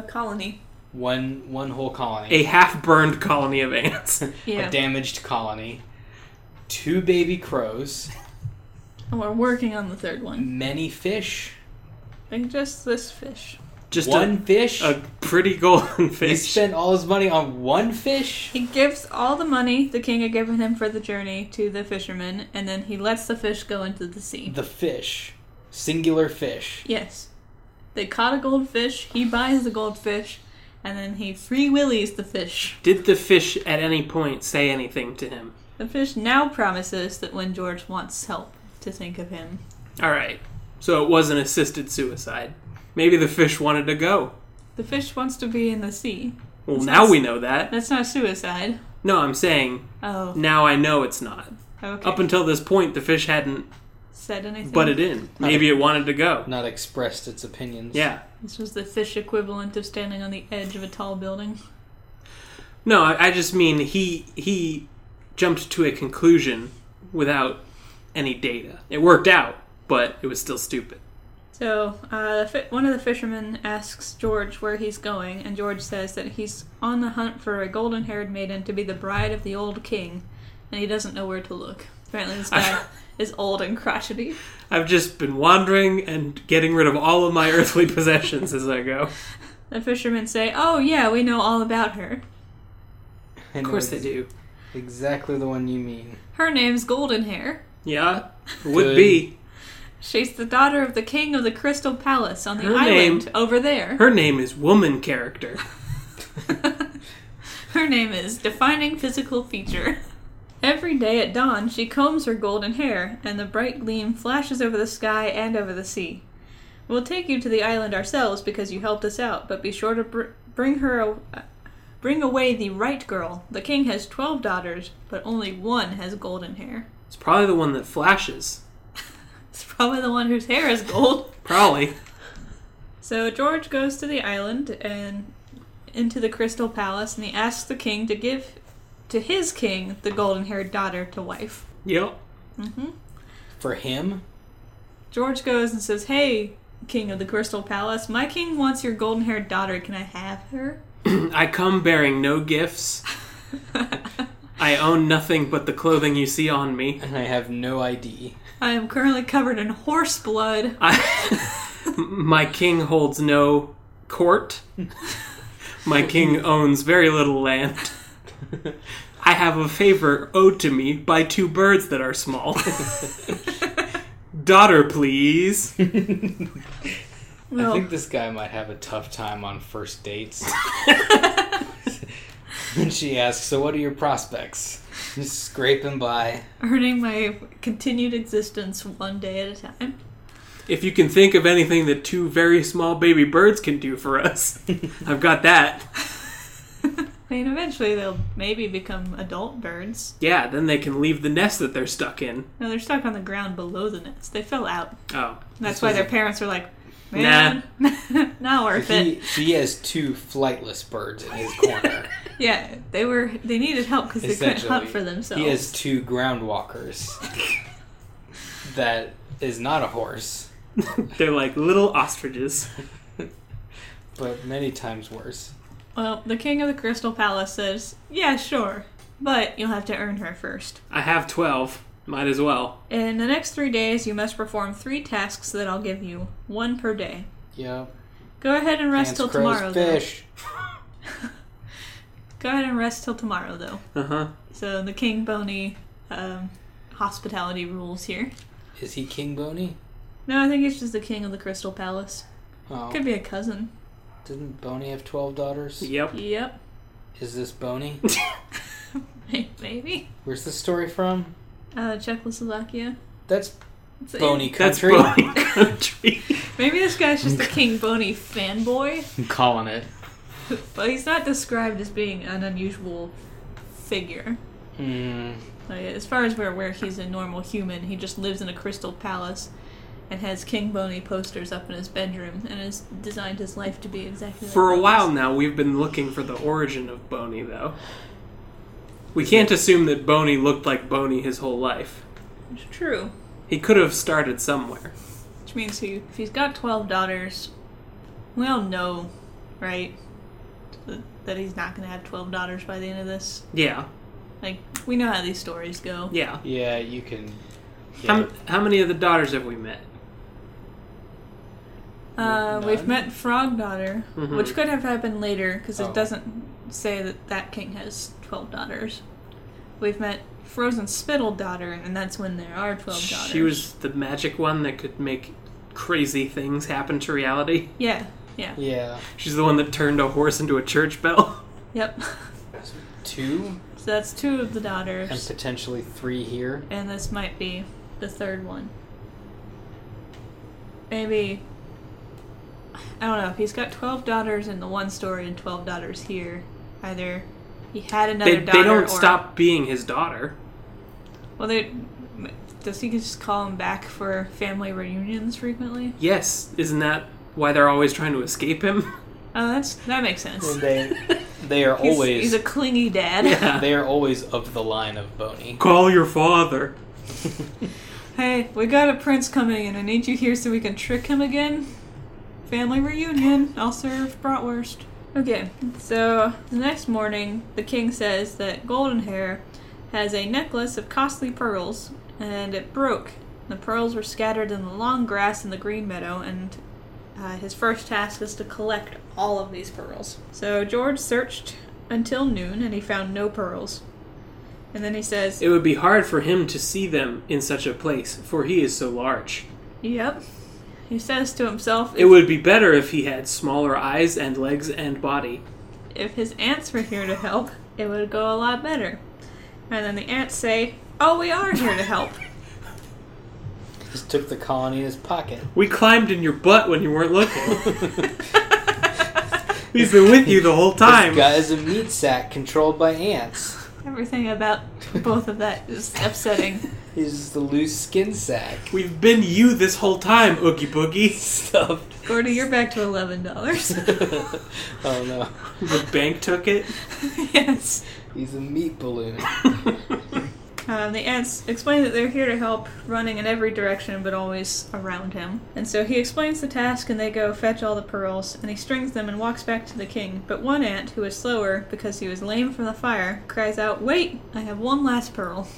C: Oh,
E: colony.
D: One one whole colony.
C: A half-burned colony of ants.
E: Yeah.
D: A damaged colony. Two baby crows.
E: and we're working on the third one.
D: Many fish.
E: And just this fish.
C: Just
D: one fish.
C: a, a pretty golden
D: he
C: fish.
D: spent all his money on one fish.
E: He gives all the money the king had given him for the journey to the fisherman, and then he lets the fish go into the sea.
D: The fish. Singular fish.
E: Yes. They caught a goldfish, he buys the goldfish, and then he free willies the fish.
C: Did the fish at any point say anything to him?
E: The fish now promises that when George wants help, to think of him.
C: All right. So it was an assisted suicide. Maybe the fish wanted to go.
E: The fish wants to be in the sea.
C: Well, now we know that.
E: That's not suicide.
C: No, I'm saying
E: Oh,
C: now I know it's not.
E: okay.
C: Up until this point, the fish hadn't
E: Said anything.
C: butted in. Maybe it wanted to go.
D: Not expressed its opinions.
C: Yeah.
E: This was the fish equivalent of standing on the edge of a tall building.
C: No, I, I just mean he he jumped to a conclusion without any data. It worked out, but it was still stupid.
E: So, uh, the fi- one of the fishermen asks George where he's going, and George says that he's on the hunt for a golden haired maiden to be the bride of the old king, and he doesn't know where to look. Apparently, this guy is old and crotchety.
C: I've just been wandering and getting rid of all of my earthly possessions as I go.
E: The fishermen say, Oh, yeah, we know all about her.
D: And
C: Of course they
D: it was
C: do.
D: Exactly the one you mean.
E: Her name's Golden Hair.
C: Yeah, would
D: Good.
C: be.
E: She's the daughter of the king of the Crystal Palace on the
C: Her
E: island
C: name-
E: over there.
C: Her name is Woman Character.
E: Her name is Defining Physical Feature. Every day at dawn, she combs her golden hair, and the bright gleam flashes over the sky and over the sea. We'll take you to the island ourselves because you helped us out, but be sure to br- bring her. A- uh, Bring away the right girl. The king has twelve daughters, but only one has golden hair.
C: It's probably the one that flashes.
E: It's probably the one whose hair is gold.
C: Probably.
E: So George goes to the island and into the Crystal Palace, and he asks the king to give to his king the golden-haired daughter to wife.
C: Yep.
D: For him?
E: George goes and says, "Hey, king of the Crystal Palace, my king wants your golden-haired daughter. Can I have her?"
C: I come bearing no gifts. I own nothing but the clothing you see on me.
D: And I have no ID.
E: I am currently covered in horse blood.
C: I, my king holds no court. My king owns very little land. I have a favor owed to me by two birds that are small. Daughter, please.
D: I
E: Well,
D: think this guy might have a tough time on first dates. and she asks, So what are your prospects? Just scraping by.
E: earning my continued existence one day at a time.
C: If you can think of anything that two very small baby birds can do for us, I've got that.
E: I mean, eventually they'll maybe become adult birds.
C: Yeah, then they can leave the nest that they're stuck in.
E: No, they're stuck on the ground below the nest. They fell out.
C: Oh.
E: That's
D: This
E: why
D: was
E: their
D: a-
E: parents were like, man, not worth
D: He,
E: it.
D: he has two flightless birds in his corner.
E: Yeah, they were. They needed help because they couldn't
D: essentially.
E: hunt for themselves.
D: He has two ground walkers. that is not a horse,
C: They're like little ostriches.
D: but many times worse.
E: Well, the king of the crystal palace says, "Yeah, sure, but you'll have to earn her first.
C: I have 12. Might as well.
E: In the next three days, you must perform three tasks that I'll give you, one per day.
D: Yep.
E: Go ahead and rest
D: Ants,
E: till
D: crows,
E: tomorrow,
D: fish.
E: though. Go ahead and rest till tomorrow, though."
C: Uh
D: Uh-huh.
C: huh.
E: So the king bony um, hospitality rules here.
D: Is he King Boney?
E: No, I think it's just the king of the crystal palace.
D: Oh,
E: Could be a cousin.
D: didn't Boney have twelve daughters?
C: Yep.
E: Yep,
D: Is this Boney?
E: maybe.
D: Where's this story from?
E: Uh, Czechoslovakia.
D: That's
E: It's-
D: Boney
C: That's
D: country.
C: bony country.
E: Maybe this guy's just a King Boney fanboy,
F: I'm calling it.
E: but he's not described as being an unusual figure.
D: Mm,
E: Like, as far as we're aware, he's a normal human. He just lives in a crystal palace and has King Boney posters up in his bedroom and has designed his life to be exactly like
C: For a
E: those.
C: while now, we've been looking for the origin of Boney, though. We can't assume that Boney looked like Boney his whole life.
E: It's true.
C: He could have started somewhere.
E: Which means he, if he's got 12 daughters, we all know, right, that- that he's not going to have 12 daughters by the end of this.
C: Yeah,
E: Like, we know how these stories go.
C: yeah.
D: yeah, you can.
C: How, how many of the daughters have we met?
E: Uh, we've
D: None?
E: met Frog Daughter,
C: Mhm.
E: which could have happened later because
D: Oh.
E: it doesn't say that that king has 12 daughters. We've met Frozen Spittle Daughter, and that's when there are 12 daughters.
C: She was the magic one that could make crazy things happen to reality.
E: Yeah, yeah.
D: Yeah,
C: She's the one that turned a horse into a church bell.
E: Yep.
D: two
E: so that's two of the
D: and
E: daughters,
D: potentially three here.
E: and this might be the third one. Maybe I don't know if he's got twelve daughters in the one story and twelve daughters here. Either he had another
C: They,
E: daughter.
C: they don't
E: or,
C: stop being his daughter.
E: Well, they. Does he just call him back for family reunions frequently?
C: Yes, isn't that why they're always trying to escape him?
E: Oh, that's that makes sense.
D: And they they are
E: He's,
D: always
E: he's a clingy dad.
C: Yeah.
D: they are always of the line of Boney.
C: Call your father.
E: Hey, we got a prince coming, and I need you here so we can trick him again. Family reunion. I'll serve bratwurst. Okay, so the next morning, the king says that Golden Hair has a necklace of costly pearls, and it broke. The pearls were scattered in the long grass in the green meadow, and uh, his first task is to collect all of these pearls. So George searched until noon, and he found no pearls. And then he says,
C: It would be hard for him to see them in such a place, for he is so large.
E: Yep. He says to himself,
C: It would be better if he had smaller eyes and legs and body.
E: if his aunts were here to help, it would go a lot better. And then the aunts say, Oh, we are here to help.
D: Just took the colony in his pocket.
C: We climbed in your butt when you weren't looking. He's been with you the whole time.
D: This guy is a meat sack controlled by ants.
E: Everything about both of that is upsetting.
D: He's just a loose skin sack.
C: We've been you this whole time, Oogie Boogie.
D: Stuffed.
E: Gordy, you're back to $11.
D: oh no.
C: The bank took it.
E: yes.
D: He's a meat balloon.
E: Um, the ants explain that they're here to help, running in every direction but always around him. And so he explains the task, and they go fetch all the pearls, and he strings them and walks back to the king. But one ant, who is slower because he was lame from the fire, cries out, Wait, I have one last pearl.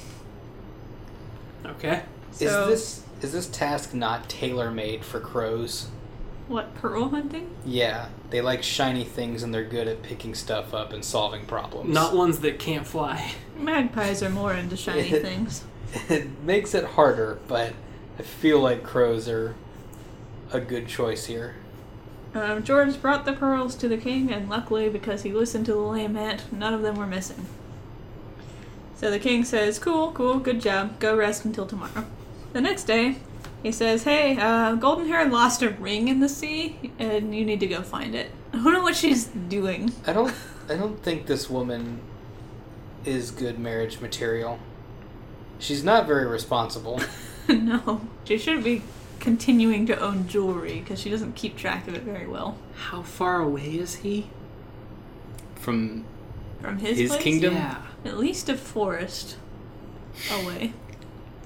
C: Okay.
D: Is
E: So-
D: this is this task not tailor made for crows?
E: What, pearl hunting?
D: Yeah, they like shiny things and they're good at picking stuff up and solving problems.
C: Not ones that can't fly.
E: Magpies are more into shiny things.
D: it makes it harder, but I feel like crows are a good choice here.
E: Um, George brought the pearls to the king, and luckily, because he listened to the lame ant, none of them were missing. So the king says, Cool, cool, good job. Go rest until tomorrow. The next day, he says, Hey, uh, Golden Hair lost a ring in the sea, and you need to go find it. I don't know what she's doing.
D: I don't I don't think this woman is good marriage material. She's not very responsible.
E: no, she should be continuing to own jewelry, because she doesn't keep track of it very well.
C: How far away is he?
F: From
E: From his,
F: His
E: place?
F: kingdom?
C: Yeah.
E: At least a forest away.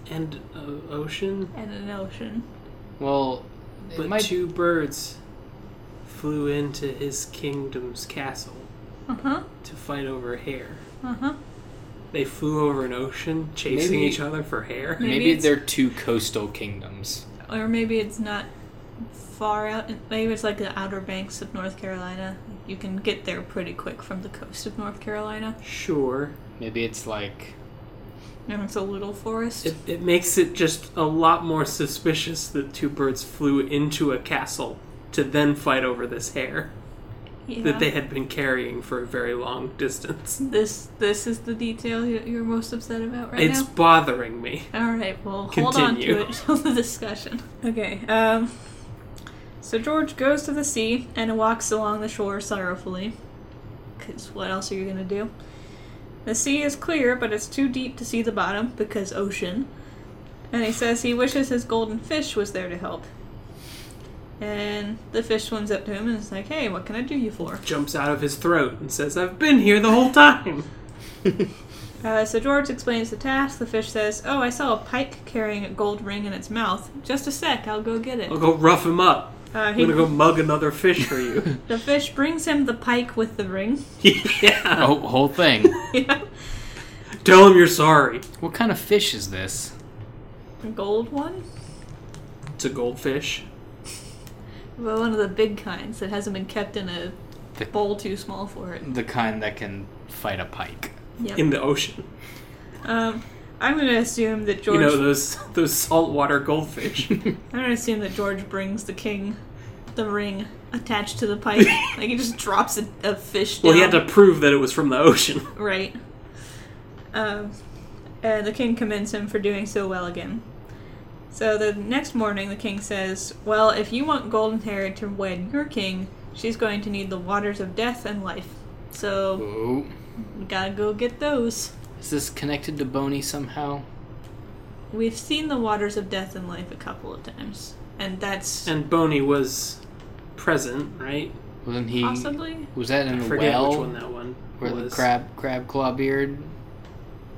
C: And uh, ocean?
E: and an ocean.
D: Well, it
C: But
D: might
C: two birds flew into his kingdom's castle
E: Uh huh.
C: to fight over hair.
E: Uh huh.
C: They flew over an ocean, chasing
F: Maybe-
C: each other for hair.
E: Maybe
F: maybe,
E: it's-
F: they're two coastal kingdoms.
E: Or maybe it's not far out. Maybe it's like the Outer Banks of North Carolina. You can get there pretty quick from the coast of North Carolina.
C: Sure.
F: Maybe it's like
E: And it's a little forest.
C: It, it makes it just a lot more suspicious that two birds flew into a castle to then fight over this hair
E: yeah.
C: that they had been carrying for a very long distance.
E: this this is the detail you- you're most upset about right
C: it's
E: now.
C: bothering me.
E: All right, well, hold on
C: Continue.
E: to it till the discussion. Okay, um, so George goes to the sea and walks along the shore sorrowfully. Because what else are you gonna do? The sea is clear, but it's too deep to see the bottom because ocean. And he says he wishes his golden fish was there to help. And the fish swims up to him and is like, hey, what can I do you for?
C: Jumps out of his throat and says, I've been here the whole time.
E: Uh, so George explains the task. The fish says, oh, I saw a pike carrying a gold ring in its mouth. Just a sec, I'll go get it.
C: I'll go rough him up.
E: Uh,
C: I'm
E: he,
C: gonna go mug another fish for you.
E: The fish brings him the pike with the ring.
C: yeah.
F: oh, whole thing.
E: yeah.
C: Tell him you're sorry.
F: what kind of fish is this?
E: A gold one?
C: It's a goldfish.
E: Well, one of the big kinds that hasn't been kept in a
F: The-
E: bowl too small for
C: Mm.
E: it.
F: The kind that can fight a pike.
E: Yep.
C: In the ocean.
E: um, I'm going to assume that George.
C: You know, those those saltwater goldfish.
E: I'm going to assume that George brings the king the ring attached to the pike. like he just drops a, a fish down.
C: Well, he had to prove that it was from the ocean.
E: Right. Um, and the king commends him for doing so well again. So the next morning, the king says, Well, if you want Golden Hair to wed your king, she's going to need the waters of death and life. So,
F: Oh.
E: we gotta go get those.
F: Is this connected to Boney somehow?
E: We've seen the waters of death and life a couple of times. And that's
C: And Boney was present, right?
F: Wasn't he?
E: possibly.
F: Was that in
C: I
F: the
C: forget
F: well
C: which one that one
F: where
C: was.
F: the crab crab claw beard?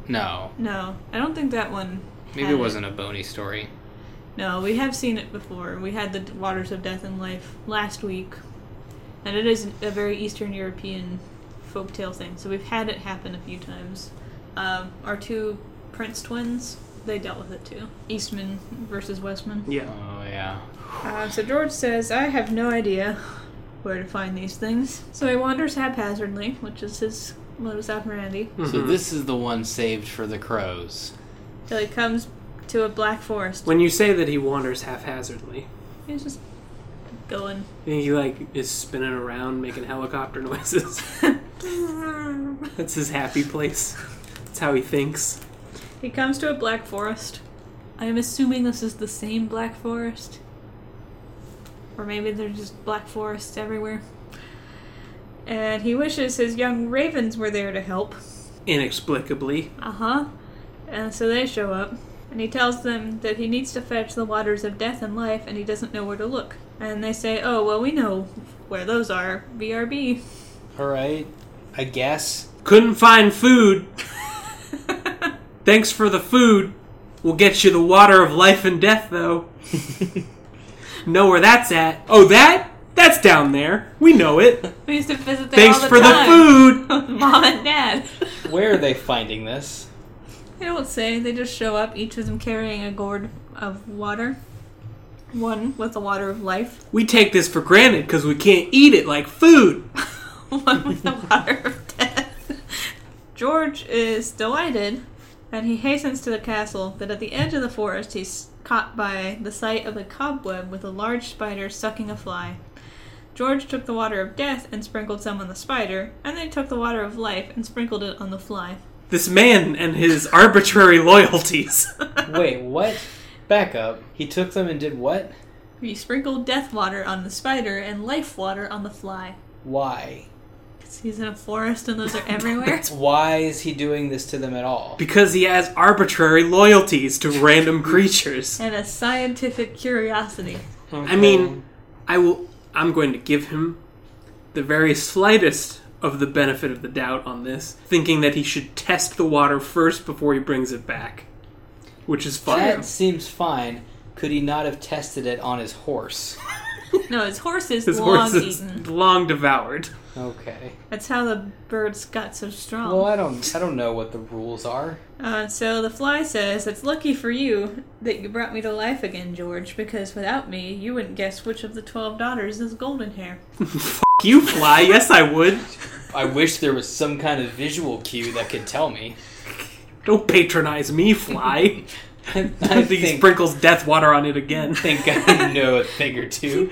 F: No,
E: No, I don't think that one.
F: maybe
E: had
F: it wasn't a Boney story.
E: No, we have seen it before. We had the d- waters of death and life last week. And it is a very Eastern European folktale thing. So we've had it happen a few times. Um, our two Prince twins, they dealt with it too. Eastman versus Westman.
C: Yeah.
F: Oh yeah.
E: Uh, so George says, I have no idea where to find these things. So he wanders haphazardly, which is his modus operandi,
C: Mm-hmm.
F: So
C: Hmm.
F: this is the one saved for the crows.
E: till he comes to a black forest.
C: When you say that he wanders haphazardly,
E: He's just going.
C: he like is spinning around making helicopter noises. That's his happy place. That's how he thinks.
E: He comes to a black forest. I am assuming this is the same black forest. Or maybe they're just black forests everywhere. And he wishes his young ravens were there to help.
C: Inexplicably.
E: Uh huh. And so they show up. And he tells them that he needs to fetch the waters of death and life, and he doesn't know where to look. And they say, Oh, well, we know where those are. BRB.
D: All right, I guess.
C: Couldn't find food. Thanks for the food. We'll get you the water of life and death, though. know where that's at. Oh, that? That's down there. We know it.
E: We used to visit there
C: Thanks
E: all the
C: for
E: time.
C: the food.
E: Mom and Dad.
D: Where are they finding this?
E: They don't say. They just show up, each of them carrying a gourd of water. One with the water of life,
C: We take this for granted because we can't eat it like food.
E: one with the water of death. George is delighted, and he hastens to the castle, but at the edge of the forest, he's caught by the sight of a cobweb with a large spider sucking a fly. George took the water of death and sprinkled some on the spider, and then took the water of life and sprinkled it on the fly.
C: This man and his arbitrary loyalties.
D: Wait, what? Back up. He took them and did what?
E: He sprinkled death water on the spider and life water on the fly.
D: Why?
E: He's in a forest and those are everywhere.
D: Why is he doing this to them at all?
C: Because he has arbitrary loyalties to random creatures.
E: and a scientific curiosity.
C: I mean, I will. I'm going to give him the very slightest of the benefit of the doubt on this, thinking that he should test the water first before he brings it back, which is fine.
D: that seems fine. Could he not have tested it on his horse?
E: No, his horse is
C: His
E: long
C: horse is
E: eaten.
C: long devoured.
D: Okay.
E: That's how the birds got so strong.
D: Well, I don't. I don't know what the rules are.
E: Uh, so the fly says, It's lucky for you that you brought me to life again, George, because without me, you wouldn't guess which of the twelve daughters is golden hair.
C: You fly? Yes, I would.
D: I wish there was some kind of visual cue that could tell me.
C: Don't patronize me, fly.
D: I
C: I think he
D: think,
C: sprinkles death water on it again.
D: think I know a thing or two.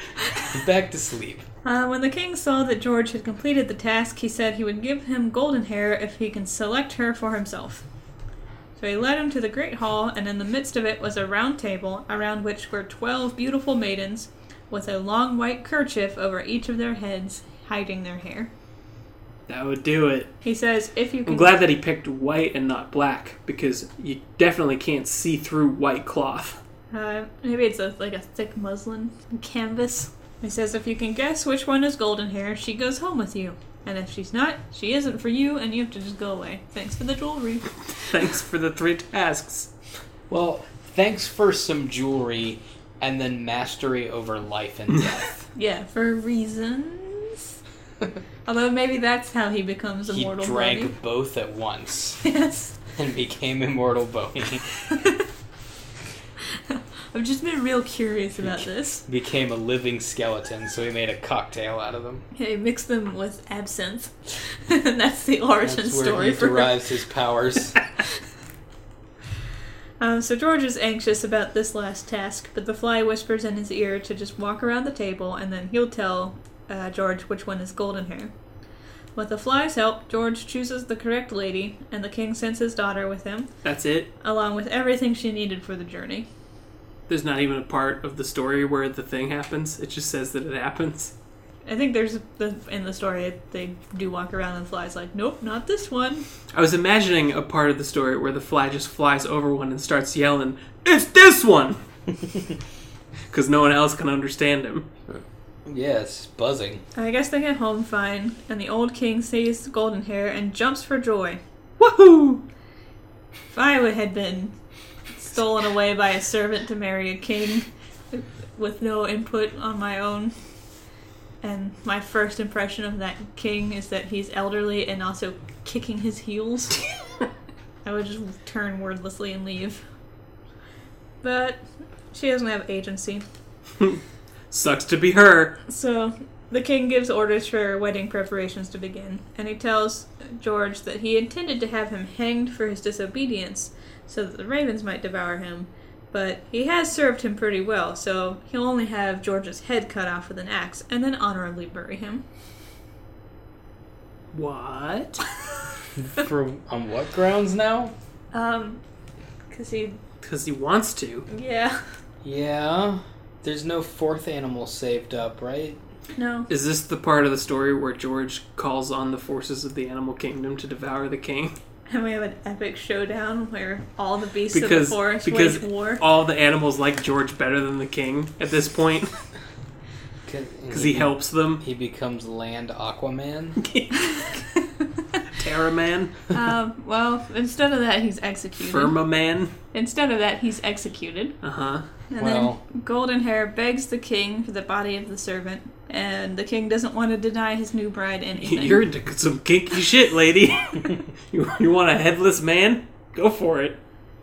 D: Back to sleep.
E: Uh, when the king saw that George had completed the task, he said he would give him golden hair if he can select her for himself. So he led him to the great hall, and in the midst of it was a round table, around which were twelve beautiful maidens, with a long white kerchief over each of their heads, hiding their hair.
C: That would do it.
E: He says, "If you
C: I'm
E: can,
C: glad that he picked white and not black because you definitely can't see through white cloth.
E: uh, maybe it's a, like a thick muslin canvas." He says, "If you can guess which one is golden hair, she goes home with you." And if she's not, she isn't for you, and you have to just go away. Thanks for the jewelry.
C: Thanks for the three tasks.
D: Well, thanks for some jewelry and then mastery over life and death.
E: Yeah, for reasons. Although maybe that's how he becomes
D: he
E: immortal.
D: drank
E: Bonnie.
D: both at once
E: Yes.
D: and became immortal Bowie.
E: I've just been real curious about this.
D: became a living skeleton, so he made a cocktail out of them.
E: He mixed them with absinthe, and that's the origin
D: That's where
E: story
D: he
E: for
D: derives his powers.
E: Um, so George is anxious about this last task, but the fly whispers in his ear to just walk around the table, and then he'll tell uh, George which one is golden hair. With the fly's help, George chooses the correct lady, and the king sends his daughter with him,
C: That's it.
E: along with everything she needed for the journey.
C: there's not even a part of the story where the thing happens. It just says that it happens.
E: I think there's the, in the story they do walk around and flies like, nope, not this one.
C: I was imagining a part of the story where the fly just flies over one and starts yelling, "It's this one," because no one else can understand him.
D: Yeah, it's buzzing.
E: I guess they get home fine, and the old king sees golden hair and jumps for joy.
C: Woohoo!
E: If I would- had been stolen away by a servant to marry a king with no input on my own, and my first impression of that king is that he's elderly and also kicking his heels, I would just turn wordlessly and leave. But she doesn't have agency.
C: Sucks to be her.
E: So the king gives orders for wedding preparations to begin, and he tells George that he intended to have him hanged for his disobedience so that the ravens might devour him, but he has served him pretty well, so he'll only have George's head cut off with an axe and then honorably bury him.
C: What?
D: For on what grounds now?
E: Um, because he,
C: Because he wants to.
E: yeah,
D: Yeah. There's no fourth animal saved up, right?
E: no.
C: Is this the part of the story where George calls on the forces of the animal kingdom to devour the king?
E: And we have an epic showdown where all the beasts of
C: Because
E: the forest
C: because
E: wage war.
C: all the animals like George better than the king at this point because
D: Because
C: he helps them.
D: He becomes land Aquaman.
C: Terra man,
E: um, well, instead of that, he's executed.
C: Firma man.
E: Instead of that, he's executed.
C: Uh huh.
E: And
D: Well-
E: then Golden Hair begs the king for the body of the servant, and the king doesn't want to deny his new bride anything.
C: You're into some kinky shit, lady. you, you want a headless man? Go for it.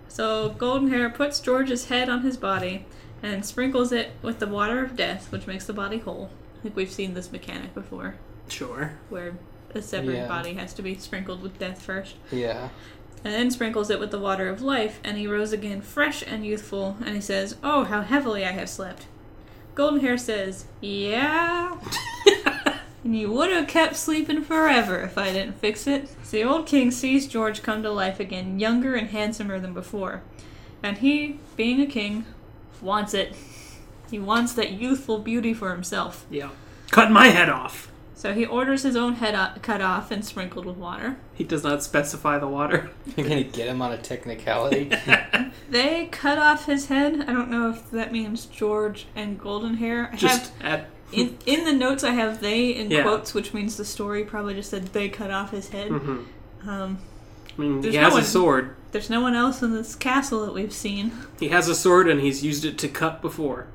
E: So Golden Hair puts George's head on his body and sprinkles it with the water of death, which makes the body whole. I think we've seen this mechanic before,
C: Sure.
E: where a separate
D: Yeah.
E: body has to be sprinkled with death first.
D: yeah.
E: and then sprinkles it with the water of life, and he rose again fresh and youthful, and he says, Oh, how heavily I have slept. Golden Hair says, Yeah. and you would have kept sleeping forever if I didn't fix it. So the old king sees George come to life again, younger and handsomer than before. And he, being a king, wants it. He wants that youthful beauty for himself.
C: Yeah. Cut my head off.
E: So he orders his own head o- cut off and sprinkled with water.
C: He does not specify the water.
D: You're gonna get him on a technicality.
E: They cut off his head. I don't know if that means George and Golden Hair. I
C: Just
E: have,
C: at
E: in, in the notes, I have they in
C: Yeah.
E: quotes, which means the story probably just said they cut off his head.
C: Mm-hmm.
E: Um,
C: I mean,
E: There's
C: he
E: no
C: has
E: one-
C: a sword.
E: there's no one else in this castle that we've seen.
C: He has a sword and he's used it to cut before.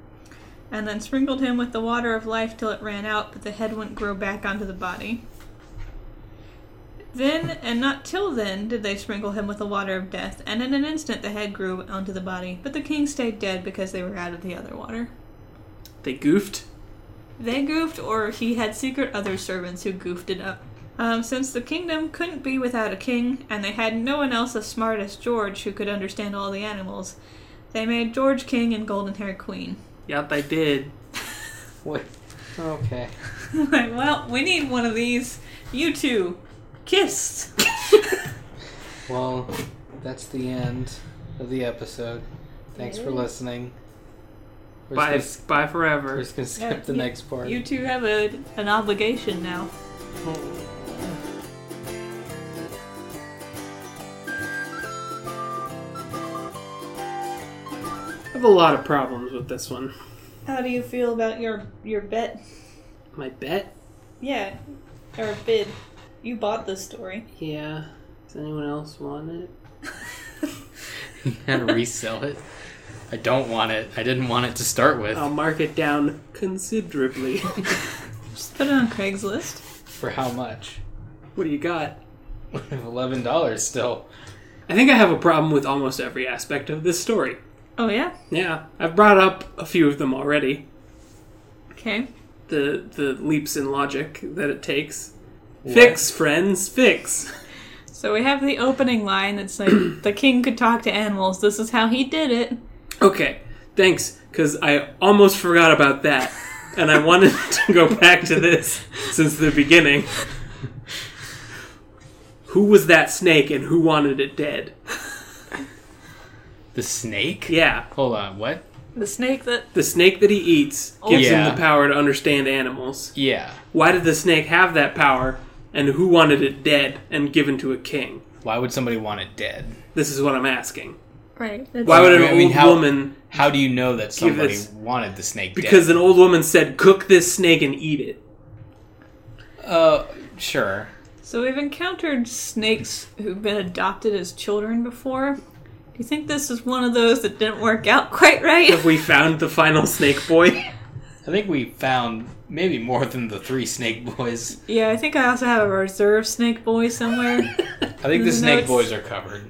E: And then sprinkled him with the water of life till it ran out, but the head wouldn't grow back onto the body. Then, and not till then, did they sprinkle him with the water of death, and in an instant the head grew onto the body, but the king stayed dead because they were out of the other water.
C: They goofed.
E: They goofed, or he had secret other servants who goofed it up. Um, since the kingdom couldn't be without a king, and they had no one else as smart as George who could understand all the animals, they made George king and golden hair queen.
C: Yeah, they did.
D: Wait. Okay.
E: like, well, we need one of these. You two, kissed.
D: Well, that's the end of the episode. Thanks for listening. We're
C: Bye,
D: just
C: bye
D: gonna, we're
C: forever.
D: just gonna skip the next part.
E: you two have a, an obligation now.
C: I have a lot of problems with this one.
E: How do you feel about your your bet?
C: My bet?
E: Yeah, or bid. You bought this story.
C: Yeah. Does anyone else want it?
F: How to resell it? I don't want it. I didn't want it to start with.
C: I'll mark it down considerably.
E: Just put it on Craigslist.
D: For how much?
C: what do you got?
D: We have Eleven dollars still.
C: I think I have a problem with almost every aspect of this story.
E: Oh yeah.
C: Yeah, I've brought up a few of them already.
E: Okay.
C: The the leaps in logic that it takes. Fix, friends, fix.
E: So we have the opening line that's like, the king could talk to animals. This is how he did it.
C: Okay, thanks, because I almost forgot about that. And I wanted to go back to this since the beginning. Who was that snake and who wanted it dead?
F: The snake?
C: Yeah,
F: Hold on. What?
E: The snake that
C: The snake that he eats gives
F: Oh, Yeah.
C: him the power to understand animals.
F: Yeah.
C: Why did the snake have that power, and who wanted it dead and given to a king?
F: Why would somebody want it dead?
C: This is what I'm asking.
E: right.
C: Why would an
F: I mean,
C: old
F: how-
C: woman?
F: How do you know that
C: Give
F: somebody
C: us-
F: wanted the snake
C: Because
F: dead?
C: an old woman said, "Cook this snake and eat it."
F: uh, sure.
E: So we've encountered snakes who've been adopted as children before. Do you think this is one of those that didn't work out quite right?
C: Have we found the final snake boy?
F: I think we found maybe more than the three snake boys.
E: yeah, I think I also have a reserve snake boy somewhere.
D: I think the
E: No,
D: snake
E: it's-
D: boys are covered.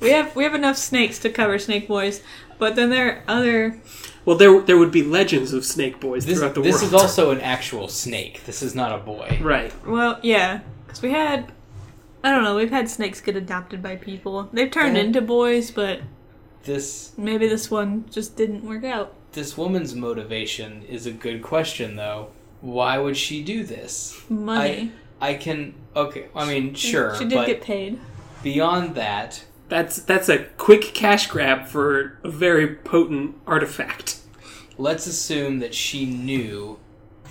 E: we have we have enough snakes to cover snake boys, but then there are other
C: well, there there would be legends of snake boys
D: This,
C: throughout the
D: this
C: world.
D: is also an actual snake. This is not a boy.
C: right.
E: well, yeah, because we had I don't know we've had snakes get adopted by people. They've turned
D: Yeah.
E: into boys, but
D: This
E: maybe this one just didn't work out.
D: this woman's motivation is a good question though. Why would she do this?
E: Money.
D: I I can okay. I mean, sure,
E: She did
D: but
E: get paid.
D: beyond that,
C: That's that's a quick cash grab for a very potent artifact.
D: let's assume that she knew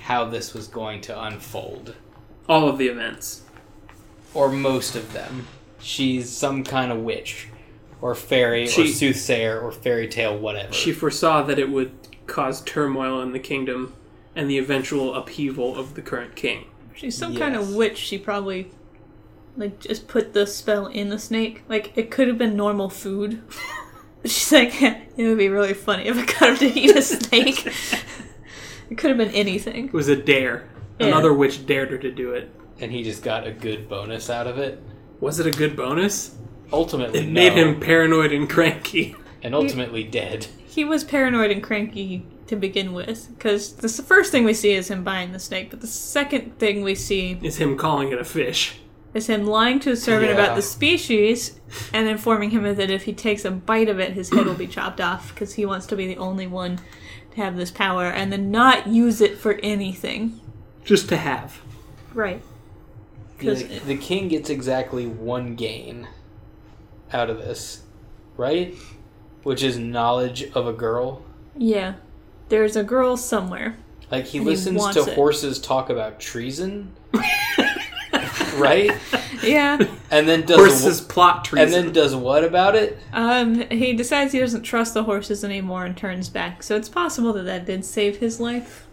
D: how this was going to unfold.
C: All of the events.
D: or most of them. She's some kind of witch, or fairy, or
C: She-
D: soothsayer, or fairy tale, whatever.
C: She foresaw that it would cause turmoil in the kingdom and the eventual upheaval of the current king.
E: She's some kind of
D: Yes.
E: witch. She probably like just put the spell in the snake. Like it could have been normal food. She's like, it would be really funny if I got him to eat a snake. it could have been anything.
C: It was a dare.
E: Yeah.
C: Another witch dared her to do it.
D: and he just got a good bonus out of it.
C: Was it a good bonus?
D: Ultimately,
C: It
D: no,
C: made him paranoid and cranky.
D: and ultimately dead.
E: He was paranoid and cranky to begin with, because the s- first thing we see is him buying the snake, but the second thing we see
C: Is him calling it a fish.
E: is him lying to his servant
D: Yeah.
E: about the species and informing him that if he takes a bite of it, his head will be chopped off because he wants to be the only one to have this power and then not use it for anything.
C: Just to have.
E: Right.
D: The,
E: 'Cause it-
D: the king gets exactly one gain out of this, right? Which is knowledge of a girl.
E: Yeah. There's a girl somewhere.
D: Like he
E: And he
D: listens
E: wants
D: to
E: it.
D: horses talk about treason, right?
E: Yeah.
D: And then does
C: Horses plot treason.
D: and then does what about it?
E: Um, he decides he doesn't trust the horses anymore and turns back. So it's possible that that did save his life.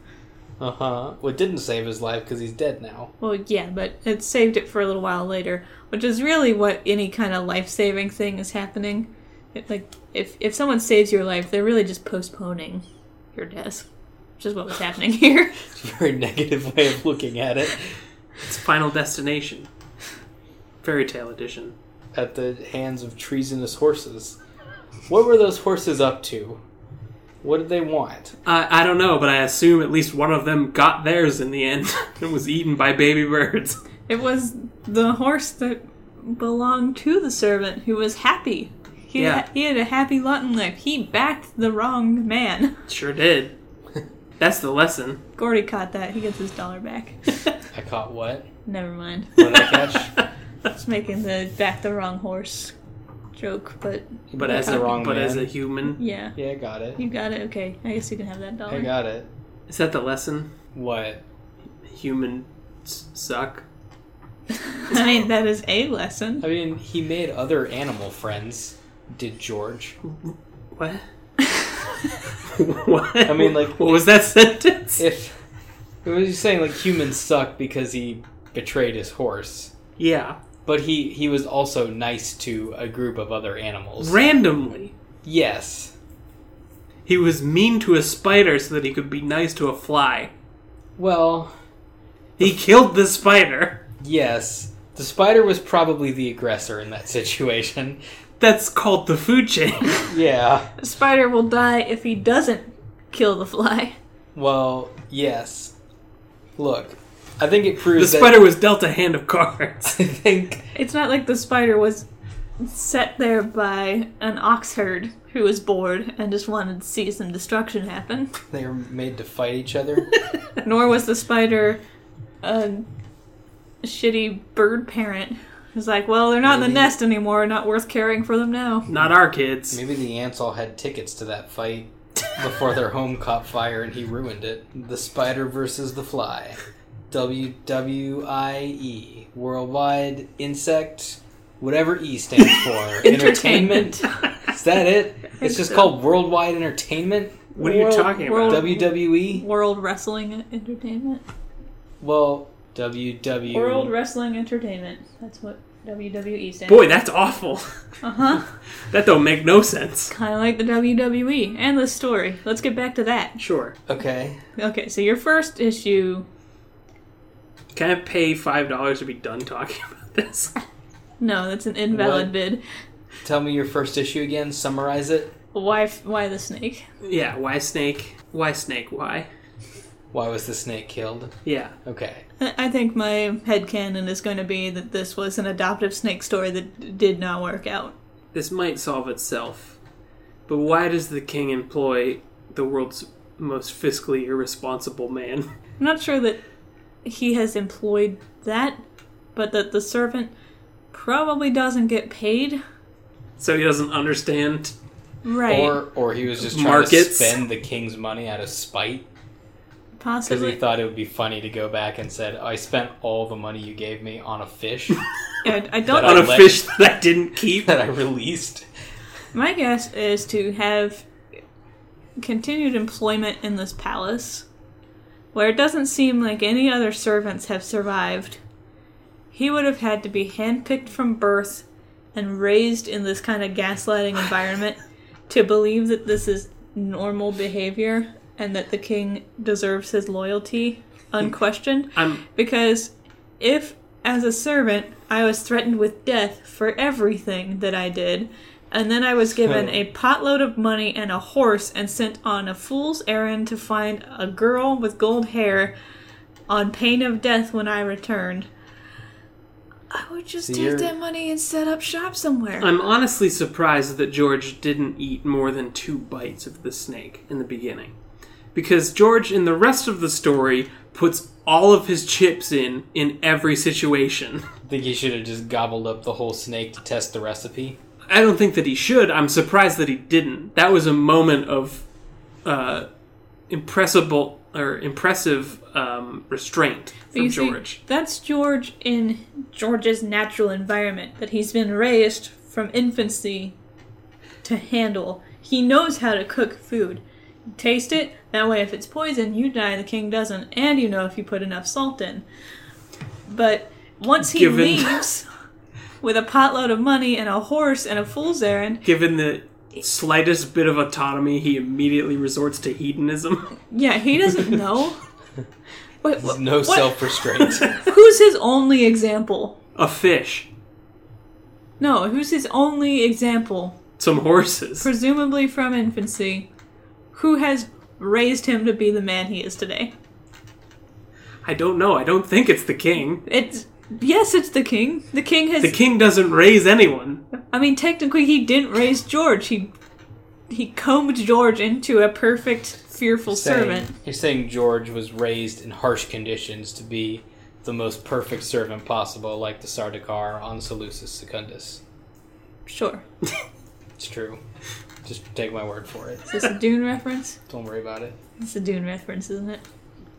D: Uh huh. Well, it didn't save his life because he's dead now.
E: Well, yeah, but it saved it for a little while later, which is really what any kind of life saving thing is happening. It, like, if if someone saves your life, they're really just postponing your death, which is what was happening here.
D: Very negative way of looking at it.
C: It's Final Destination. Fairy Tale Edition.
D: At the hands of treasonous horses. What were those horses up to? What did they want?
C: I, I don't know, but I assume at least one of them got theirs in the end and was eaten by baby birds.
E: it was the horse that belonged to the servant who was happy. He,
C: Yeah.
E: he had a happy Lawton life. He backed the wrong man.
C: Sure did. That's the lesson.
E: Gordy caught that. He gets his dollar back.
D: I caught what?
E: Never mind.
D: What did I catch?
E: Just making the back the wrong horse joke, but
C: But as
D: The
C: a
D: wrong
C: but
D: man.
C: as a human,
E: yeah.
D: yeah, I got it.
E: You got it. Okay, I guess you can have that dollar.
D: I got it.
C: is that the lesson?
D: What?
C: Humans suck.
E: I mean, that is a lesson.
D: I mean, he made other animal friends. Did George?
C: What? what?
D: I mean, like-
C: what was that sentence?
D: If what was he saying? Like humans suck because he betrayed his horse,
C: yeah,
D: but he he was also nice to a group of other animals.
C: randomly.
D: yes.
C: He was mean to a spider so that he could be nice to a fly.
D: Well,
C: He killed the spider.
D: yes. The spider was probably the aggressor in that situation.
C: That's called the food chain.
D: Yeah.
E: The spider will die if he doesn't kill the fly.
D: Well, yes. Look, I think it
C: The
D: proves that-
C: spider was dealt a hand of cards.
D: I think
E: It's not like the spider was set there by an ox herd who was bored and just wanted to see some destruction happen.
D: they were made to fight each other.
E: Nor was the spider a shitty bird parent. It's like, well, they're not in
D: Maybe.
E: the nest anymore. Not worth caring for them now.
C: Not our kids.
D: Maybe the ants all had tickets to that fight. before their home caught fire and he ruined it. The Spider versus the Fly. WWIE. E. Worldwide Insect, whatever E stands for.
E: Entertainment.
D: Is that it? It's just called Worldwide Entertainment?
F: What are you
E: World-
F: talking about?
E: world-
D: WWE?
E: World Wrestling Entertainment.
D: E? Well, E. WW.
E: World Wrestling Entertainment. That's what WWE stands.
C: Boy, that's awful.
E: Uh huh.
C: That don't make no sense.
E: Kind of like the WWE and the story. Let's get back to that.
C: Sure.
D: okay.
E: Okay, so your first issue.
C: Can I pay five dollars to be done talking about this?
E: No, that's an invalid
D: What?
E: bid.
D: Tell me your first issue again. Summarize it.
E: Why? f- Why the snake?
C: Yeah. Why snake? Why snake? Why?
D: Why was the snake killed?
C: Yeah.
D: Okay.
E: I I think my headcanon is going to be that this was an adoptive snake story that d- did not work out.
C: This might solve itself, but why does the king employ the world's most fiscally irresponsible man?
E: I'm not sure that he has employed that, but that the servant probably doesn't get paid.
C: So he doesn't understand.
E: Right.
D: Or or he was just trying
C: Markets.
D: to spend the king's money out of spite because
E: possibly.
D: he thought it would be funny to go back and said, "I spent all the money you gave me on a fish
E: I, I don't
D: I
C: on a
D: let-
C: fish that I didn't keep.
D: that I released."
E: My guess is to have continued employment in this palace, where it doesn't seem like any other servants have survived. He would have had to be handpicked from birth and raised in this kind of gaslighting environment to believe that this is normal behavior and that the king deserves his loyalty unquestioned.
C: I'm
E: Because if, as a servant, I was threatened with death for everything that I did, and then I was given a potload of money and a horse and sent on a fool's errand to find a girl with gold hair on pain of death when I returned, I would just
D: So
E: take
D: you're-
E: that money and set up shop somewhere.
C: I'm honestly surprised that George didn't eat more than two bites of the snake in the beginning. Because George in the rest of the story puts all of his chips in in every situation.
D: I think he should have just gobbled up the whole snake to test the recipe.
C: I don't think that he should. I'm surprised that he didn't. That was a moment of uh, impressible or impressive um, restraint
E: But
C: from
E: you see,
C: George.
E: that's George in George's natural environment that he's been raised from infancy to handle. He knows how to cook food. Taste it, that way if it's poison, you die, the king doesn't, and you know if you put enough salt in. But once he
C: Given-
E: leaves with a potload of money and a horse and a fool's errand,
C: Given the slightest bit of autonomy, he immediately resorts to hedonism.
E: yeah, he doesn't know. Wait, wh-
D: No
E: what-
D: self restraint.
E: Who's his only example?
C: a fish,
E: No, who's his only example
C: some horses.
E: presumably from infancy, who has raised him to be the man he is today.
C: I don't know. I don't think it's the king.
E: It's yes, it's the king. The king has.
C: The king doesn't raise anyone.
E: I mean, technically, he didn't raise George. He he combed George into a perfect, fearful
D: saying,
E: servant.
D: you're saying George was raised in harsh conditions to be the most perfect servant possible, like the Sardaukar on Seleucus Secundus.
E: Sure,
D: It's true. Just take my word for it.
E: is this a Dune reference?
D: Don't worry about it.
E: It's a Dune reference, isn't it?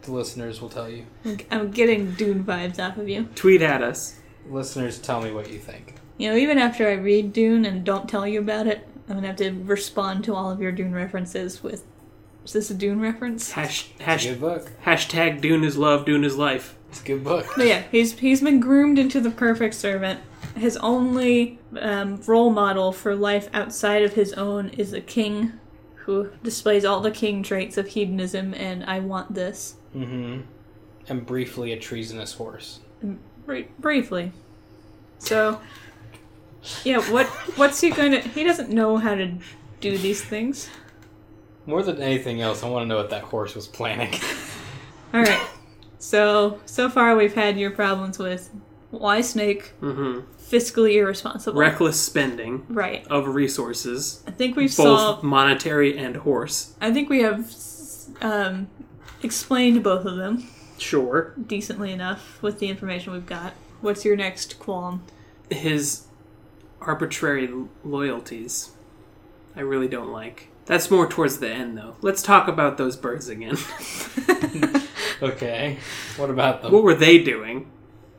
D: The listeners will tell you.
E: I'm- I'm getting Dune vibes off of you.
C: Tweet at us.
D: Listeners, tell me what you think.
E: You know, even after I read Dune and don't tell you about it, I'm gonna have to respond to all of your Dune references with. Is this a Dune reference?
C: Hash,
D: It's a
C: hash,
D: good book.
C: hashtag Dune is love, Dune is life.
D: It's a good book.
E: But yeah, he's he's been groomed into the perfect servant. His only um, role model for life outside of his own is a king, who displays all the king traits of hedonism and I want this.
D: Mm-hmm. And briefly, a treasonous horse.
E: Bri- briefly, so yeah, what what's he going to? He doesn't know how to do these things.
D: More than anything else, I want to know what that horse was planning.
E: All right, so so far we've had your problems with why snake
C: hmm
E: fiscally irresponsible,
C: Reckless spending
E: right?
C: of resources,
E: I think we've
C: both
E: solved
C: monetary and horse.
E: I think we have s- um, explained both of them
C: Sure.
E: decently enough with the information we've got. What's your next qualm?
C: his arbitrary loyalties I really don't like. That's more towards the end, though. Let's talk about those birds again.
D: Okay. What about them?
C: what were they doing?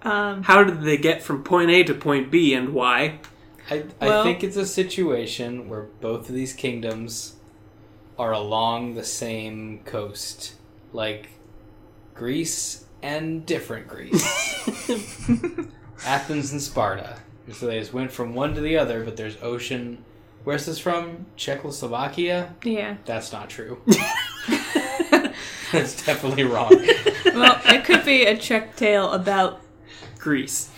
E: Um,
C: How did they get from point A to point B, and why?
D: I, I
E: Well-
D: think it's a situation where both of these kingdoms are along the same coast, like Greece and different Greece, Athens and Sparta. And so they just went from one to the other, but there's ocean. Where's this from? Czechoslovakia?
E: yeah.
D: That's not true. That's definitely wrong.
E: Well, it could be a Czech tale about
C: Greece.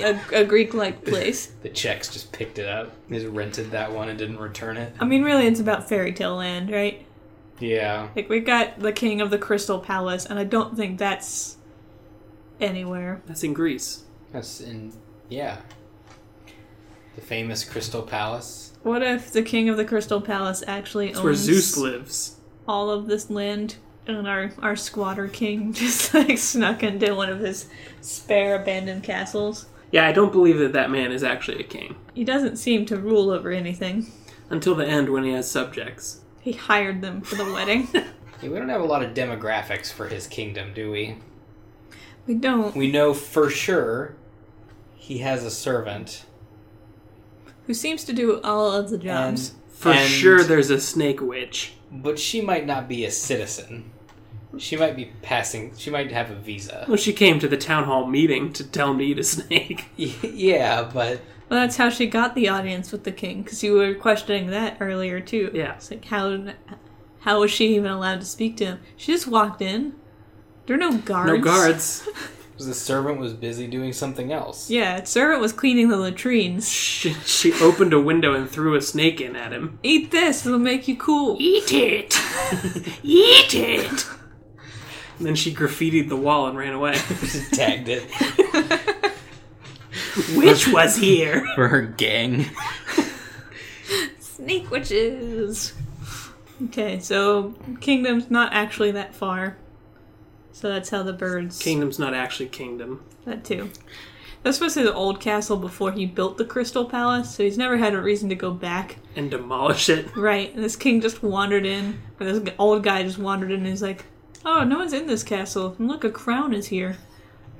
E: a, a Greek-like place.
D: The Czechs just picked it up. They just rented that one and didn't return it.
E: I mean, really, it's about fairy tale land, right?
D: Yeah.
E: Like we got the King of the Crystal Palace, and I don't think that's anywhere.
C: That's in Greece.
D: That's in yeah. The famous Crystal Palace.
E: What if the King of the Crystal Palace actually
C: It's
E: owns
C: where Zeus lives.
E: all of this land, and our our squatter king just like snuck into one of his spare abandoned castles?
C: Yeah, I don't believe that that man is actually a king.
E: He doesn't seem to rule over anything.
C: Until the end when he has subjects.
E: He hired them for the wedding.
D: Yeah, we don't have a lot of demographics for his kingdom, do we?
E: we don't.
D: We know for sure he has a servant.
E: Who seems to do all of the jobs?
C: For
D: and-
C: sure, there's a snake witch.
D: but she might not be a citizen. She might be passing. She might have a visa.
C: Well, she came to the town hall meeting to tell me to snake.
D: Y- yeah, but
E: Well, that's how she got the audience with the king, because you were questioning that earlier too.
C: Yeah.
E: it's like how how was she even allowed to speak to him? She just walked in. There are no guards.
C: No guards.
D: the servant was busy doing something else.
E: Yeah, servant was cleaning the latrines.
C: She, she opened a window and threw a snake in at him.
E: Eat this; it'll make you cool.
C: Eat it! Eat it! And then she graffitied the wall and ran away.
D: Just tagged it
C: Witch was here!
D: for her gang.
E: Snake witches. Okay, so kingdom's not actually that far. So that's how the birds.
C: Kingdom's not actually kingdom.
E: That too. That's supposed to be the old castle before he built the Crystal Palace, so he's never had a reason to go back.
C: And demolish it.
E: Right, and this king just wandered in, or this g- old guy just wandered in and he's like, Oh, no one's in this castle. And look, a crown is here.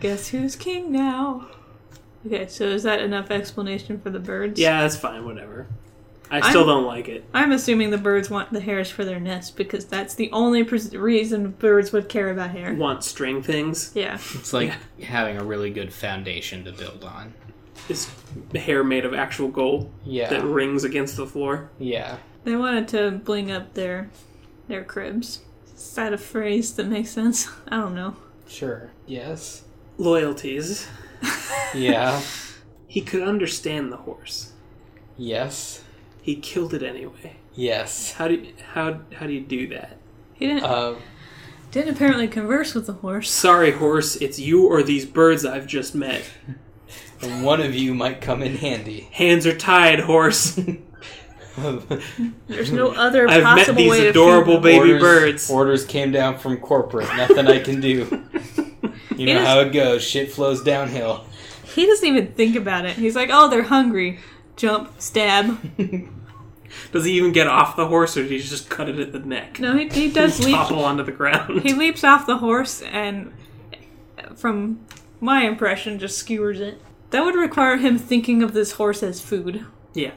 E: Guess who's king now? Okay, so is that enough explanation for the birds?
C: Yeah, that's fine, whatever. I still
E: I'm-
C: don't like it.
E: I'm assuming the birds want the hairs for their nest because that's the only pres reason birds would care about hair.
C: Want string things.
E: Yeah.
F: It's like having a really good foundation to build on.
C: Is hair made of actual gold that
D: Yeah,
C: rings against the floor.
D: yeah.
E: They wanted to bling up their their cribs. Is that a phrase that makes sense? I don't know.
D: Sure. Yes.
C: Loyalties.
D: Yeah.
C: He could understand the horse.
D: yes.
C: He killed it anyway.
D: Yes.
C: How do you, how how do you do that?
E: He didn't
D: Uh,
E: didn't apparently converse with the horse.
C: Sorry, horse. It's you or these birds I've just met.
D: and one of you might come in handy.
C: Hands are tied, horse.
E: There's no other
C: I've met
E: possible
C: these
E: way to feed
C: adorable
E: them.
C: ba- Baby birds.
D: Orders came down from corporate. Nothing I can do. You know
E: is-
D: how it goes. Shit flows downhill.
E: He doesn't even think about it. He's like, "Oh, they're hungry." Jump, stab.
C: Does he even get off the horse, or did he just cut it at the neck?
E: No, he, he does leap.
C: Topple onto the ground.
E: He leaps off the horse and, from my impression, just skewers it. That would require him thinking of this horse as food.
C: yeah.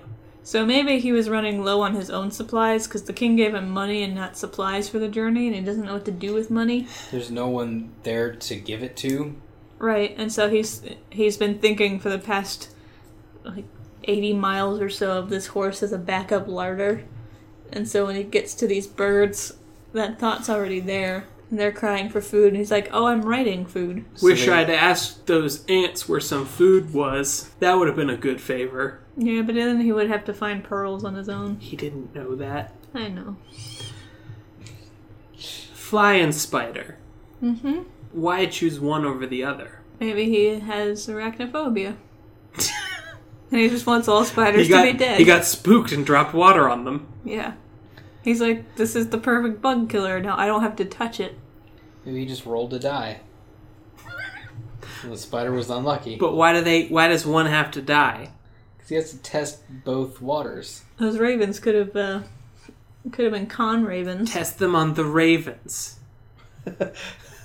E: So maybe he was running low on his own supplies because the king gave him money and not supplies for the journey, and he doesn't know what to do with money.
D: There's no one there to give it to.
E: Right, and so he's he's been thinking for the past like eighty miles or so of this horse as a backup larder, and so when he gets to these birds, that thought's already there, and they're crying for food, and he's like, "Oh, I'm writing food."
D: So
C: Wish
D: they-
C: I'd asked those ants where some food was. That would have been a good favor.
E: Yeah, but then he would have to find pearls on his own.
C: He didn't know that.
E: I know.
C: Fly and spider. Mm-hmm. Why choose one over the other?
E: Maybe he has arachnophobia, and he just wants all spiders
C: He got,
E: to be dead.
C: he got spooked and dropped water on them.
E: yeah. He's like, this is the perfect bug killer. Now I don't have to touch it.
D: Maybe he just rolled a die. And the spider was unlucky.
C: But why do they? Why does one have to die?
D: 'Cause he has to test both waters.
E: Those ravens could have uh, It could have been con ravens.
C: Test them on the ravens.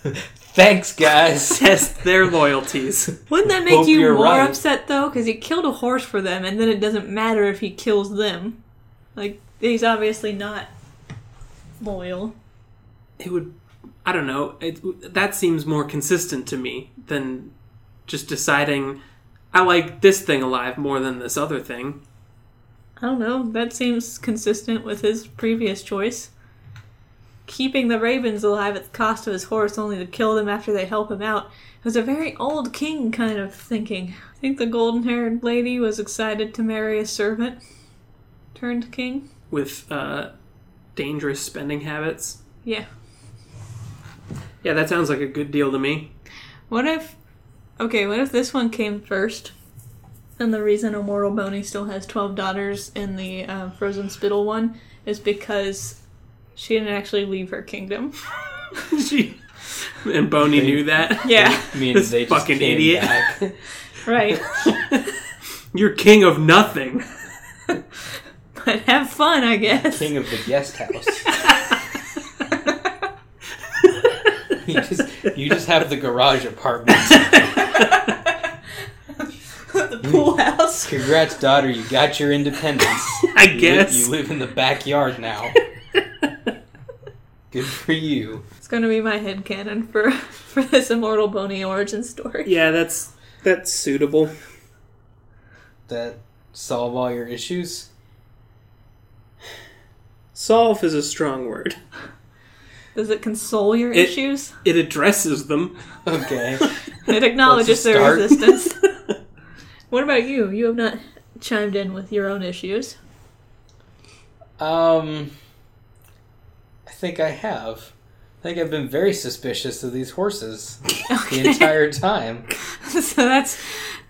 D: Thanks, guys.
C: Test their loyalties.
E: Wouldn't that make
D: Hope
E: you
D: you're
E: more
D: right.
E: upset though? Because he killed a horse for them, and then it doesn't matter if he kills them. Like he's obviously not loyal.
C: It would. I don't know. It, that seems more consistent to me than just deciding I like this thing alive more than this other thing.
E: I don't know. That seems consistent with his previous choice. Keeping the ravens alive at the cost of his horse, only to kill them after they help him out, was a very old king kind of thinking. I think the golden haired lady was excited to marry a servant turned king.
C: with uh, dangerous spending habits.
E: Yeah.
C: Yeah, that sounds like a good deal to me.
E: What if. Okay, what if this one came first? And the reason Immortal Boney still has 12 daughters in the uh, Frozen Spittle one is because she didn't actually leave her kingdom.
C: She- and Boney knew that.
E: Yeah,
D: I mean,
C: This
D: they just
C: fucking
D: came
C: idiot.
D: back.
E: right.
C: You're king of nothing.
E: But have fun, I guess.
D: King of the guest house. you just you just have the garage apartment.
E: the pool
D: Mm.
E: house.
D: Congrats, daughter. You got your independence.
C: I
D: You li-
C: guess.
D: you live in the backyard now. Good for you.
E: It's gonna be my headcanon for for this immortal bony origin story.
C: yeah, that's that's suitable.
D: That solve all your issues.
C: Solve is a strong word.
E: Does it console your
C: It-
E: issues?
C: It addresses them.
D: Okay.
E: It acknowledges
D: That's a
E: their
D: start.
E: existence. what about you? You have not chimed in with your own issues.
D: Um, I think I have. I think I've been very suspicious of these horses the entire time.
E: so that's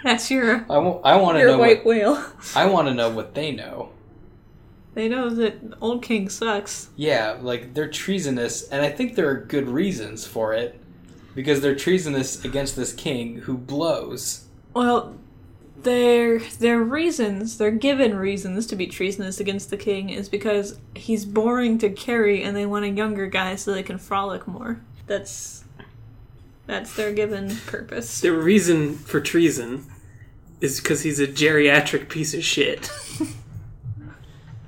E: that's your
D: I want to
E: your
D: know.
E: white
D: What,
E: whale.
D: I want to know what they know.
E: They know that old king sucks.
D: Yeah, like they're treasonous, and I think there are good reasons for it because they're treasonous against this king who blows.
E: Well, their their reasons, their given reasons to be treasonous against the king is because he's boring to carry, and they want a younger guy so they can frolic more. That's that's their given purpose.
C: The reason for treason is because he's a geriatric piece of shit.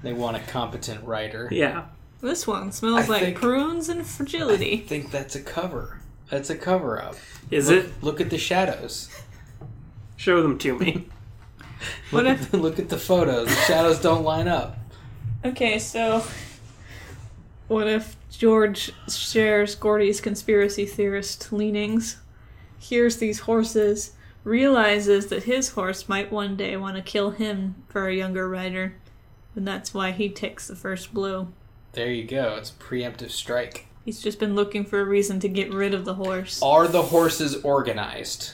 D: They want a competent writer.
C: Yeah.
E: This one smells
D: I
E: like
D: think-
E: prunes and
D: I
E: fragility.
D: think that's a cover. That's a cover up.
C: Is it?
D: Look at the shadows.
C: Show them to me.
E: What if
D: Look at the photos. The shadows don't line up.
E: Okay, so what if George shares Gordy's conspiracy theorist leanings, hears these horses, realizes that his horse might one day want to kill him for a younger rider, and that's why he takes the first blow.
D: There you go. It's a preemptive strike.
E: He's just been looking for a reason to get rid of the horse.
D: Are the horses organized?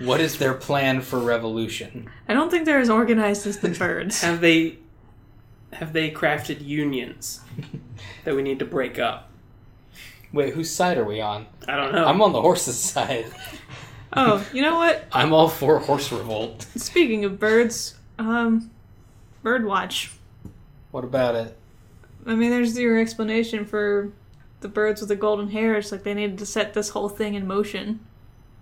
D: what is their plan for revolution?
E: I don't think they're as organized as the birds.
C: Have they have they crafted unions that we need to break up?
D: Wait, whose side are we on?
C: I don't know.
D: I'm on the horses' side.
E: Oh, you know what?
D: I'm all for horse revolt.
E: Speaking of birds, um, Birdwatch.
D: What about it?
E: I mean, there's zero explanation for the birds with the golden hair. It's like they needed to set this whole thing in motion.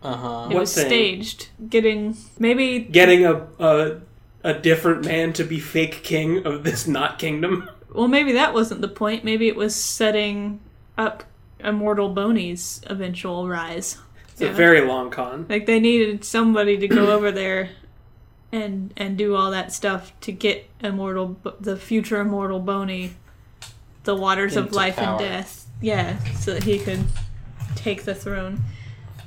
D: Uh huh.
E: It
C: What
E: was
C: thing?
E: staged. Getting maybe
C: getting a, a a different man to be fake king of this not kingdom.
E: well, maybe that wasn't the point. Maybe it was setting up immortal Boney's eventual rise.
C: It's a very long con.
E: Like they needed somebody to go over there and and do all that stuff to get immortal Bo- the future immortal Boney the waters of
D: Into
E: life
D: power.
E: and death. Yeah, so that he could take the throne.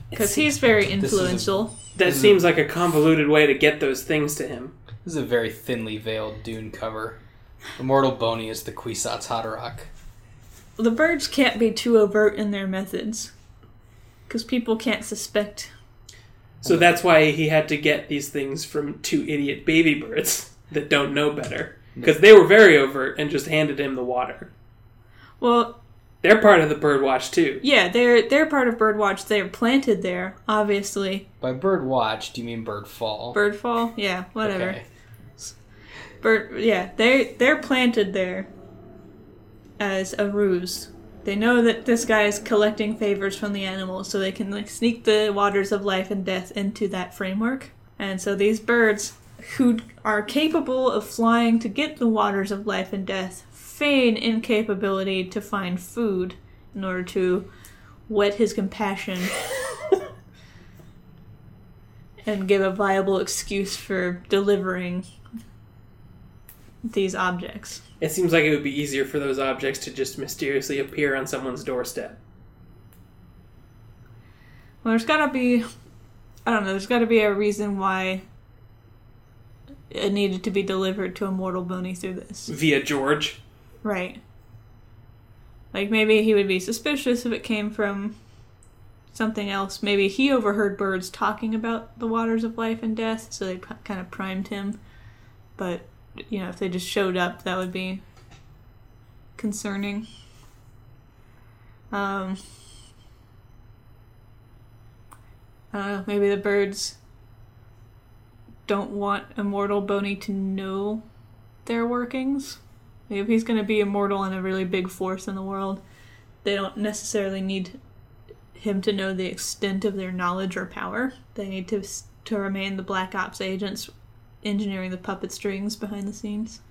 E: Because he's very
D: is a-
E: influential.
C: That seems like a convoluted way to get those things to him.
D: This is a very thinly veiled Dune cover. Immortal Boney is the Kwisatz Haderach.
E: The birds can't be too overt in their methods. Because people can't suspect.
C: So that's why he had to get these things from two idiot baby birds that don't know better. Because they were very overt and just handed him the water.
E: Well,
C: They're part of the birdwatch too.
E: yeah, they're they're part of birdwatch. They're planted there, obviously.
D: By bird watch, do you mean bird fall?
E: Birdfall, yeah, whatever.
D: Okay.
E: But yeah, they they're planted there as a ruse. They know that this guy is collecting favors from the animals, so they can like sneak the waters of life and death into that framework. And so these birds, who are capable of flying to get the waters of life and death, feign incapability to find food in order to whet his compassion and give a viable excuse for delivering these objects.
C: It seems like it would be easier for those objects to just mysteriously appear on someone's doorstep.
E: Well, there's gotta be, I don't know, there's gotta be a reason why it needed to be delivered to a mortal bony through this.
C: Via George.
E: Right. Like maybe he would be suspicious if it came from something else. Maybe he overheard birds talking about the waters of life and death, so they p- kind of primed him. But, you know, if they just showed up, that would be concerning. Um, I don't know, maybe the birds don't want Immortal Boney to know their workings. If he's going to be immortal and a really big force in the world, they don't necessarily need him to know the extent of their knowledge or power. They need to to remain the Black Ops agents, engineering the puppet strings behind the scenes.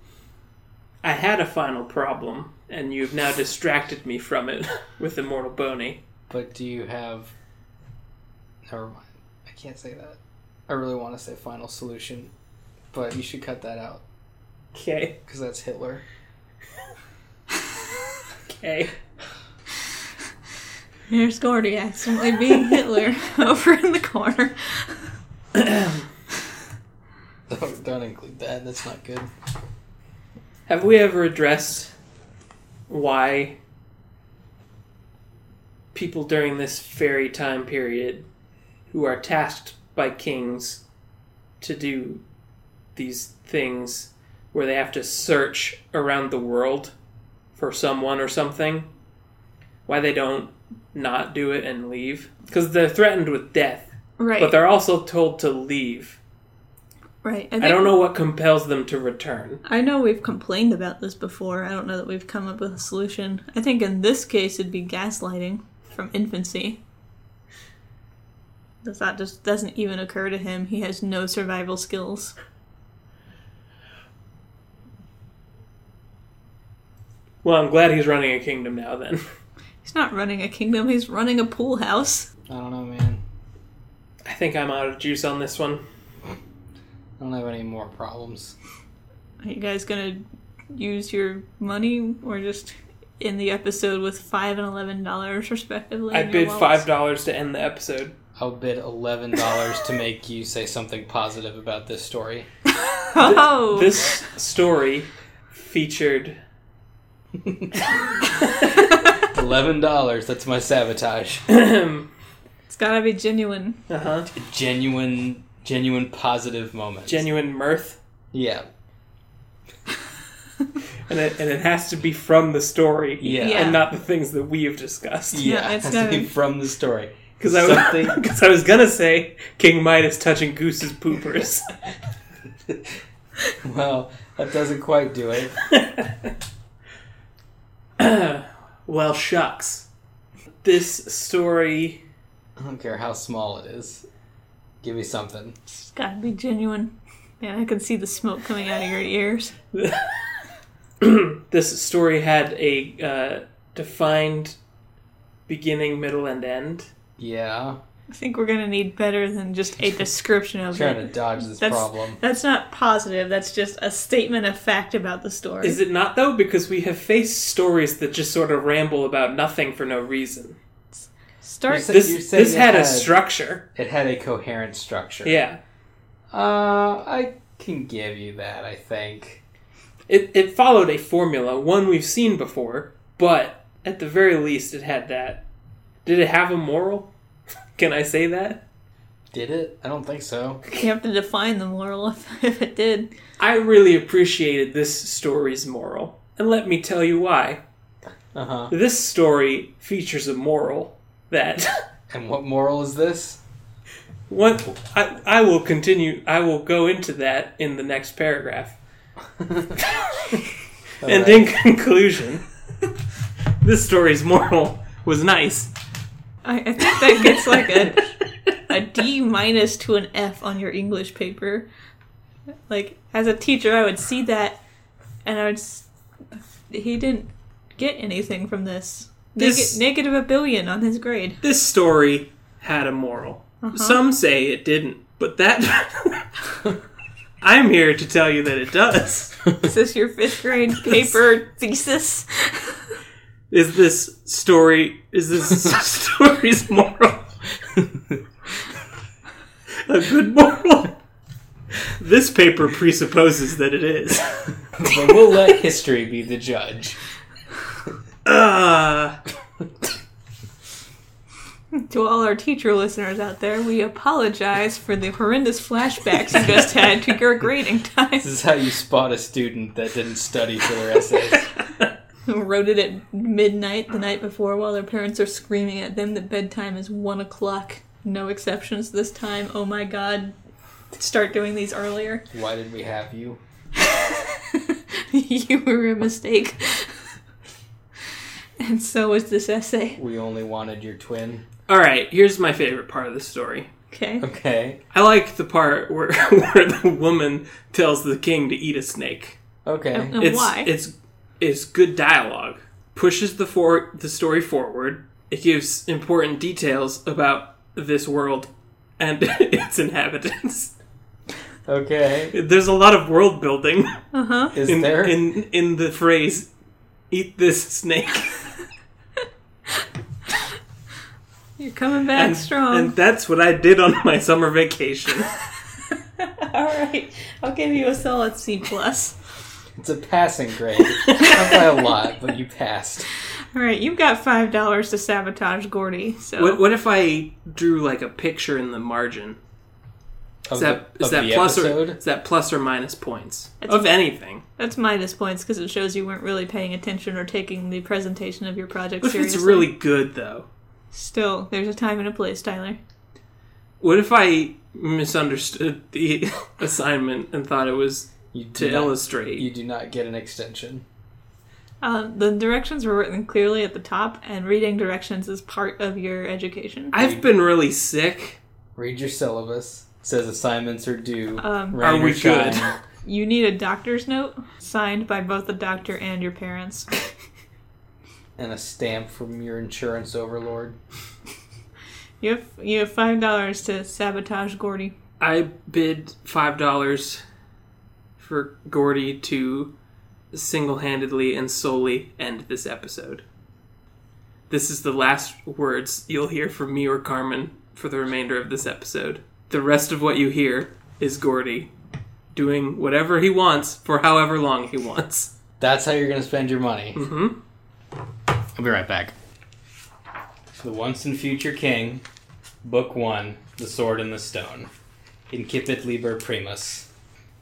C: I had a final problem, and you've now distracted me from it with Immortal Boney.
D: But do you have? Never mind. I can't say that. I really want to say final solution, but you should cut that out
C: Okay,
D: because that's Hitler.
C: okay.
E: There's Gordy accidentally being Hitler over in the corner.
D: Don't, don't include that. That's not good.
C: Have we ever addressed why people during this fairy time period who are tasked by kings to do these things where they have to search around the world for someone or something why they don't not do it and leave because they're threatened with death
E: Right.
C: but they're also told to leave
E: right.
C: i don't know what compels them to return
E: I know we've complained about this before. I don't know that we've come up with a solution. I think in this case it'd be gaslighting from infancy. The thought just doesn't even occur to him. He has no survival skills.
C: well i'm glad he's running a kingdom now then
E: He's not running a kingdom, he's running a pool house.
D: I don't know, man.
C: I think I'm out of juice on this one.
D: I don't have any more problems.
E: Are you guys gonna use your money or just in the episode with five and eleven dollars respectively?
C: I
E: in your
C: bid
E: wallets?
C: five dollars to end the episode.
D: I'll bid eleven dollars to make you say something positive about this story.
E: Oh
C: This story featured
D: Eleven dollars. That's my sabotage.
E: it's gotta be genuine.
C: uh-huh,
D: genuine, genuine positive moment.
C: genuine mirth,
D: Yeah.
C: and it, and it has to be from the story,
D: Yeah.
E: Yeah.
C: and not the things that we have discussed.
D: Yeah.
E: it's
D: has to be
E: gotta-
D: from the story.
C: Because I
D: something.
C: was because I was gonna say King Midas touching Goose's poopers.
D: well, that doesn't quite do it.
C: well, shucks. This story.
D: I don't care how small it is. Give me something.
E: It's gotta be genuine. Man, I can see the smoke coming out of your ears.
C: this story had a uh, defined beginning, middle, and end.
D: Yeah.
E: I think we're gonna need better than just a description of
D: Trying
E: it.
D: to dodge this
E: That's
D: problem.
E: that's not positive. That's just a statement of fact about the story.
C: Is it not though? Because we have faced stories that just sort of ramble about nothing for no reason.
E: Start.
D: You're saying-
C: This this
D: it
C: had a
D: had-
C: structure.
D: It had a coherent structure.
C: Yeah.
D: Uh, I can give you that, I think.
C: It it followed a formula, one we've seen before, but at the very least it had that. Did it have a moral? Can I say that?
D: Did it? I don't think so.
E: you have to define the moral if, if it did.
C: I really appreciated this story's moral. And let me tell you why.
D: Uh huh.
C: This story features a moral that
D: And what moral is this?
C: one I, I will continue I will go into that in the next paragraph. and in conclusion, this story's moral was nice.
E: I, I think that gets like a a D minus to an F on your English paper. Like as a teacher, I would see that, and I would. S- he didn't get anything from this. Neg-
C: This-
E: negative a billion on his grade.
C: This story had a moral. Some say it didn't, but that. I'm here to tell you that it does.
E: Is this your fifth grade paper thesis?
C: Is this story. Is this story's moral? a good moral? This paper presupposes that it is.
D: but we'll let history be the judge.
C: Uh,
E: to all our teacher listeners out there, we apologize for the horrendous flashbacks you just had to your grading time.
D: This is how you spot a student that didn't study for their essays.
E: Who wrote it at midnight the night before while their parents are screaming at them that bedtime is one o'clock. No exceptions this time. Oh my god. Start doing these earlier.
D: Why did we have you?
E: you were a mistake. and so was this essay.
D: We only wanted your twin.
C: Alright, here's my favorite part of the story.
E: Okay.
D: Okay.
C: I like the part where where the woman tells the king to eat a snake.
D: Okay.
E: And
C: It's
E: why?
C: it's it's good dialogue. Pushes the for the story forward. It gives important details about this world and its inhabitants.
D: Okay.
C: There's a lot of world building
D: Is
C: in
D: there?
C: in, in the phrase eat this snake.
E: You're coming back strong.
C: And that's what I did on my summer vacation.
E: all right. I'll give you a solid C plus.
D: It's a passing grade. Not by a lot, but you passed.
E: All right, you've got five dollars to sabotage Gordy. So
C: What, what if I drew like a picture in the margin?
D: Of
C: Is that
D: the,
C: is
D: of
C: that
D: the
C: plus or
D: episode?
C: is that plus or minus points
E: That's-
C: of anything?
E: that's minus points because it shows you weren't really paying attention or taking the presentation of your project
C: What if
E: seriously.
C: it's really good though?
E: Still, there's a time and a place, Tyler.
C: What if I misunderstood the assignment and thought it was
D: You do
C: to
D: not-
C: illustrate?
D: You do not get an extension.
E: Um, the directions were written clearly at the top, and reading directions is part of your education.
C: I've been really sick.
D: Read your syllabus. It says assignments are due.
E: Um,
D: rain
C: Are we
D: or shine.
C: good?
E: You need a doctor's note signed by both the doctor and your parents.
D: And a stamp from your insurance overlord.
E: You have you have five dollars to sabotage Gordy.
C: I bid five dollars for Gordy to single-handedly and solely end this episode. This is the last words you'll hear from me or Carmen for the remainder of this episode. The rest of what you hear is Gordy doing whatever he wants for however long he wants.
D: That's how you're going to spend your money.
F: I'll be right back.
D: The Once and Future King, Book 1, The Sword and the Stone, Incipit Liber Primus.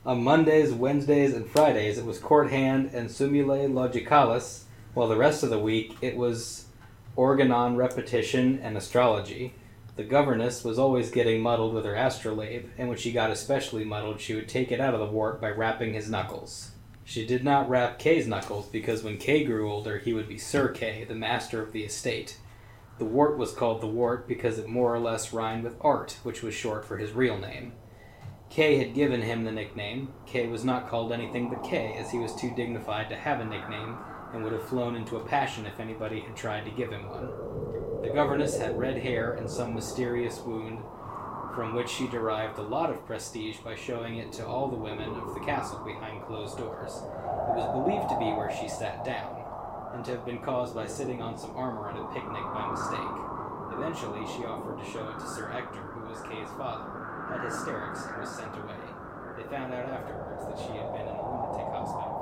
D: On Mondays, Wednesdays, and Fridays, it was Court Hand and Sumulae Logicalis, while the rest of the week it was Organon Repetition and Astrology. The governess was always getting muddled with her astrolabe, and when she got especially muddled, she would take it out of the warp by rapping his knuckles. She did not rap Kay's knuckles because when Kay grew older, he would be Sir Kay, the master of the estate. The wart was called the wart because it more or less rhymed with art, which was short for his real name. Kay had given him the nickname. Kay was not called anything but Kay, as he was too dignified to have a nickname and would have flown into a passion if anybody had tried to give him one. The governess had red hair and some mysterious wound from which she derived a lot of prestige by showing it to all the women of the castle behind closed doors. It was believed to be where she sat down and to have been caused by sitting on some armor at a picnic by mistake. Eventually, she offered to show it to Sir Ector, who was Kay's father, had hysterics and was sent away. They found out afterwards that she had been in a lunatic hospital.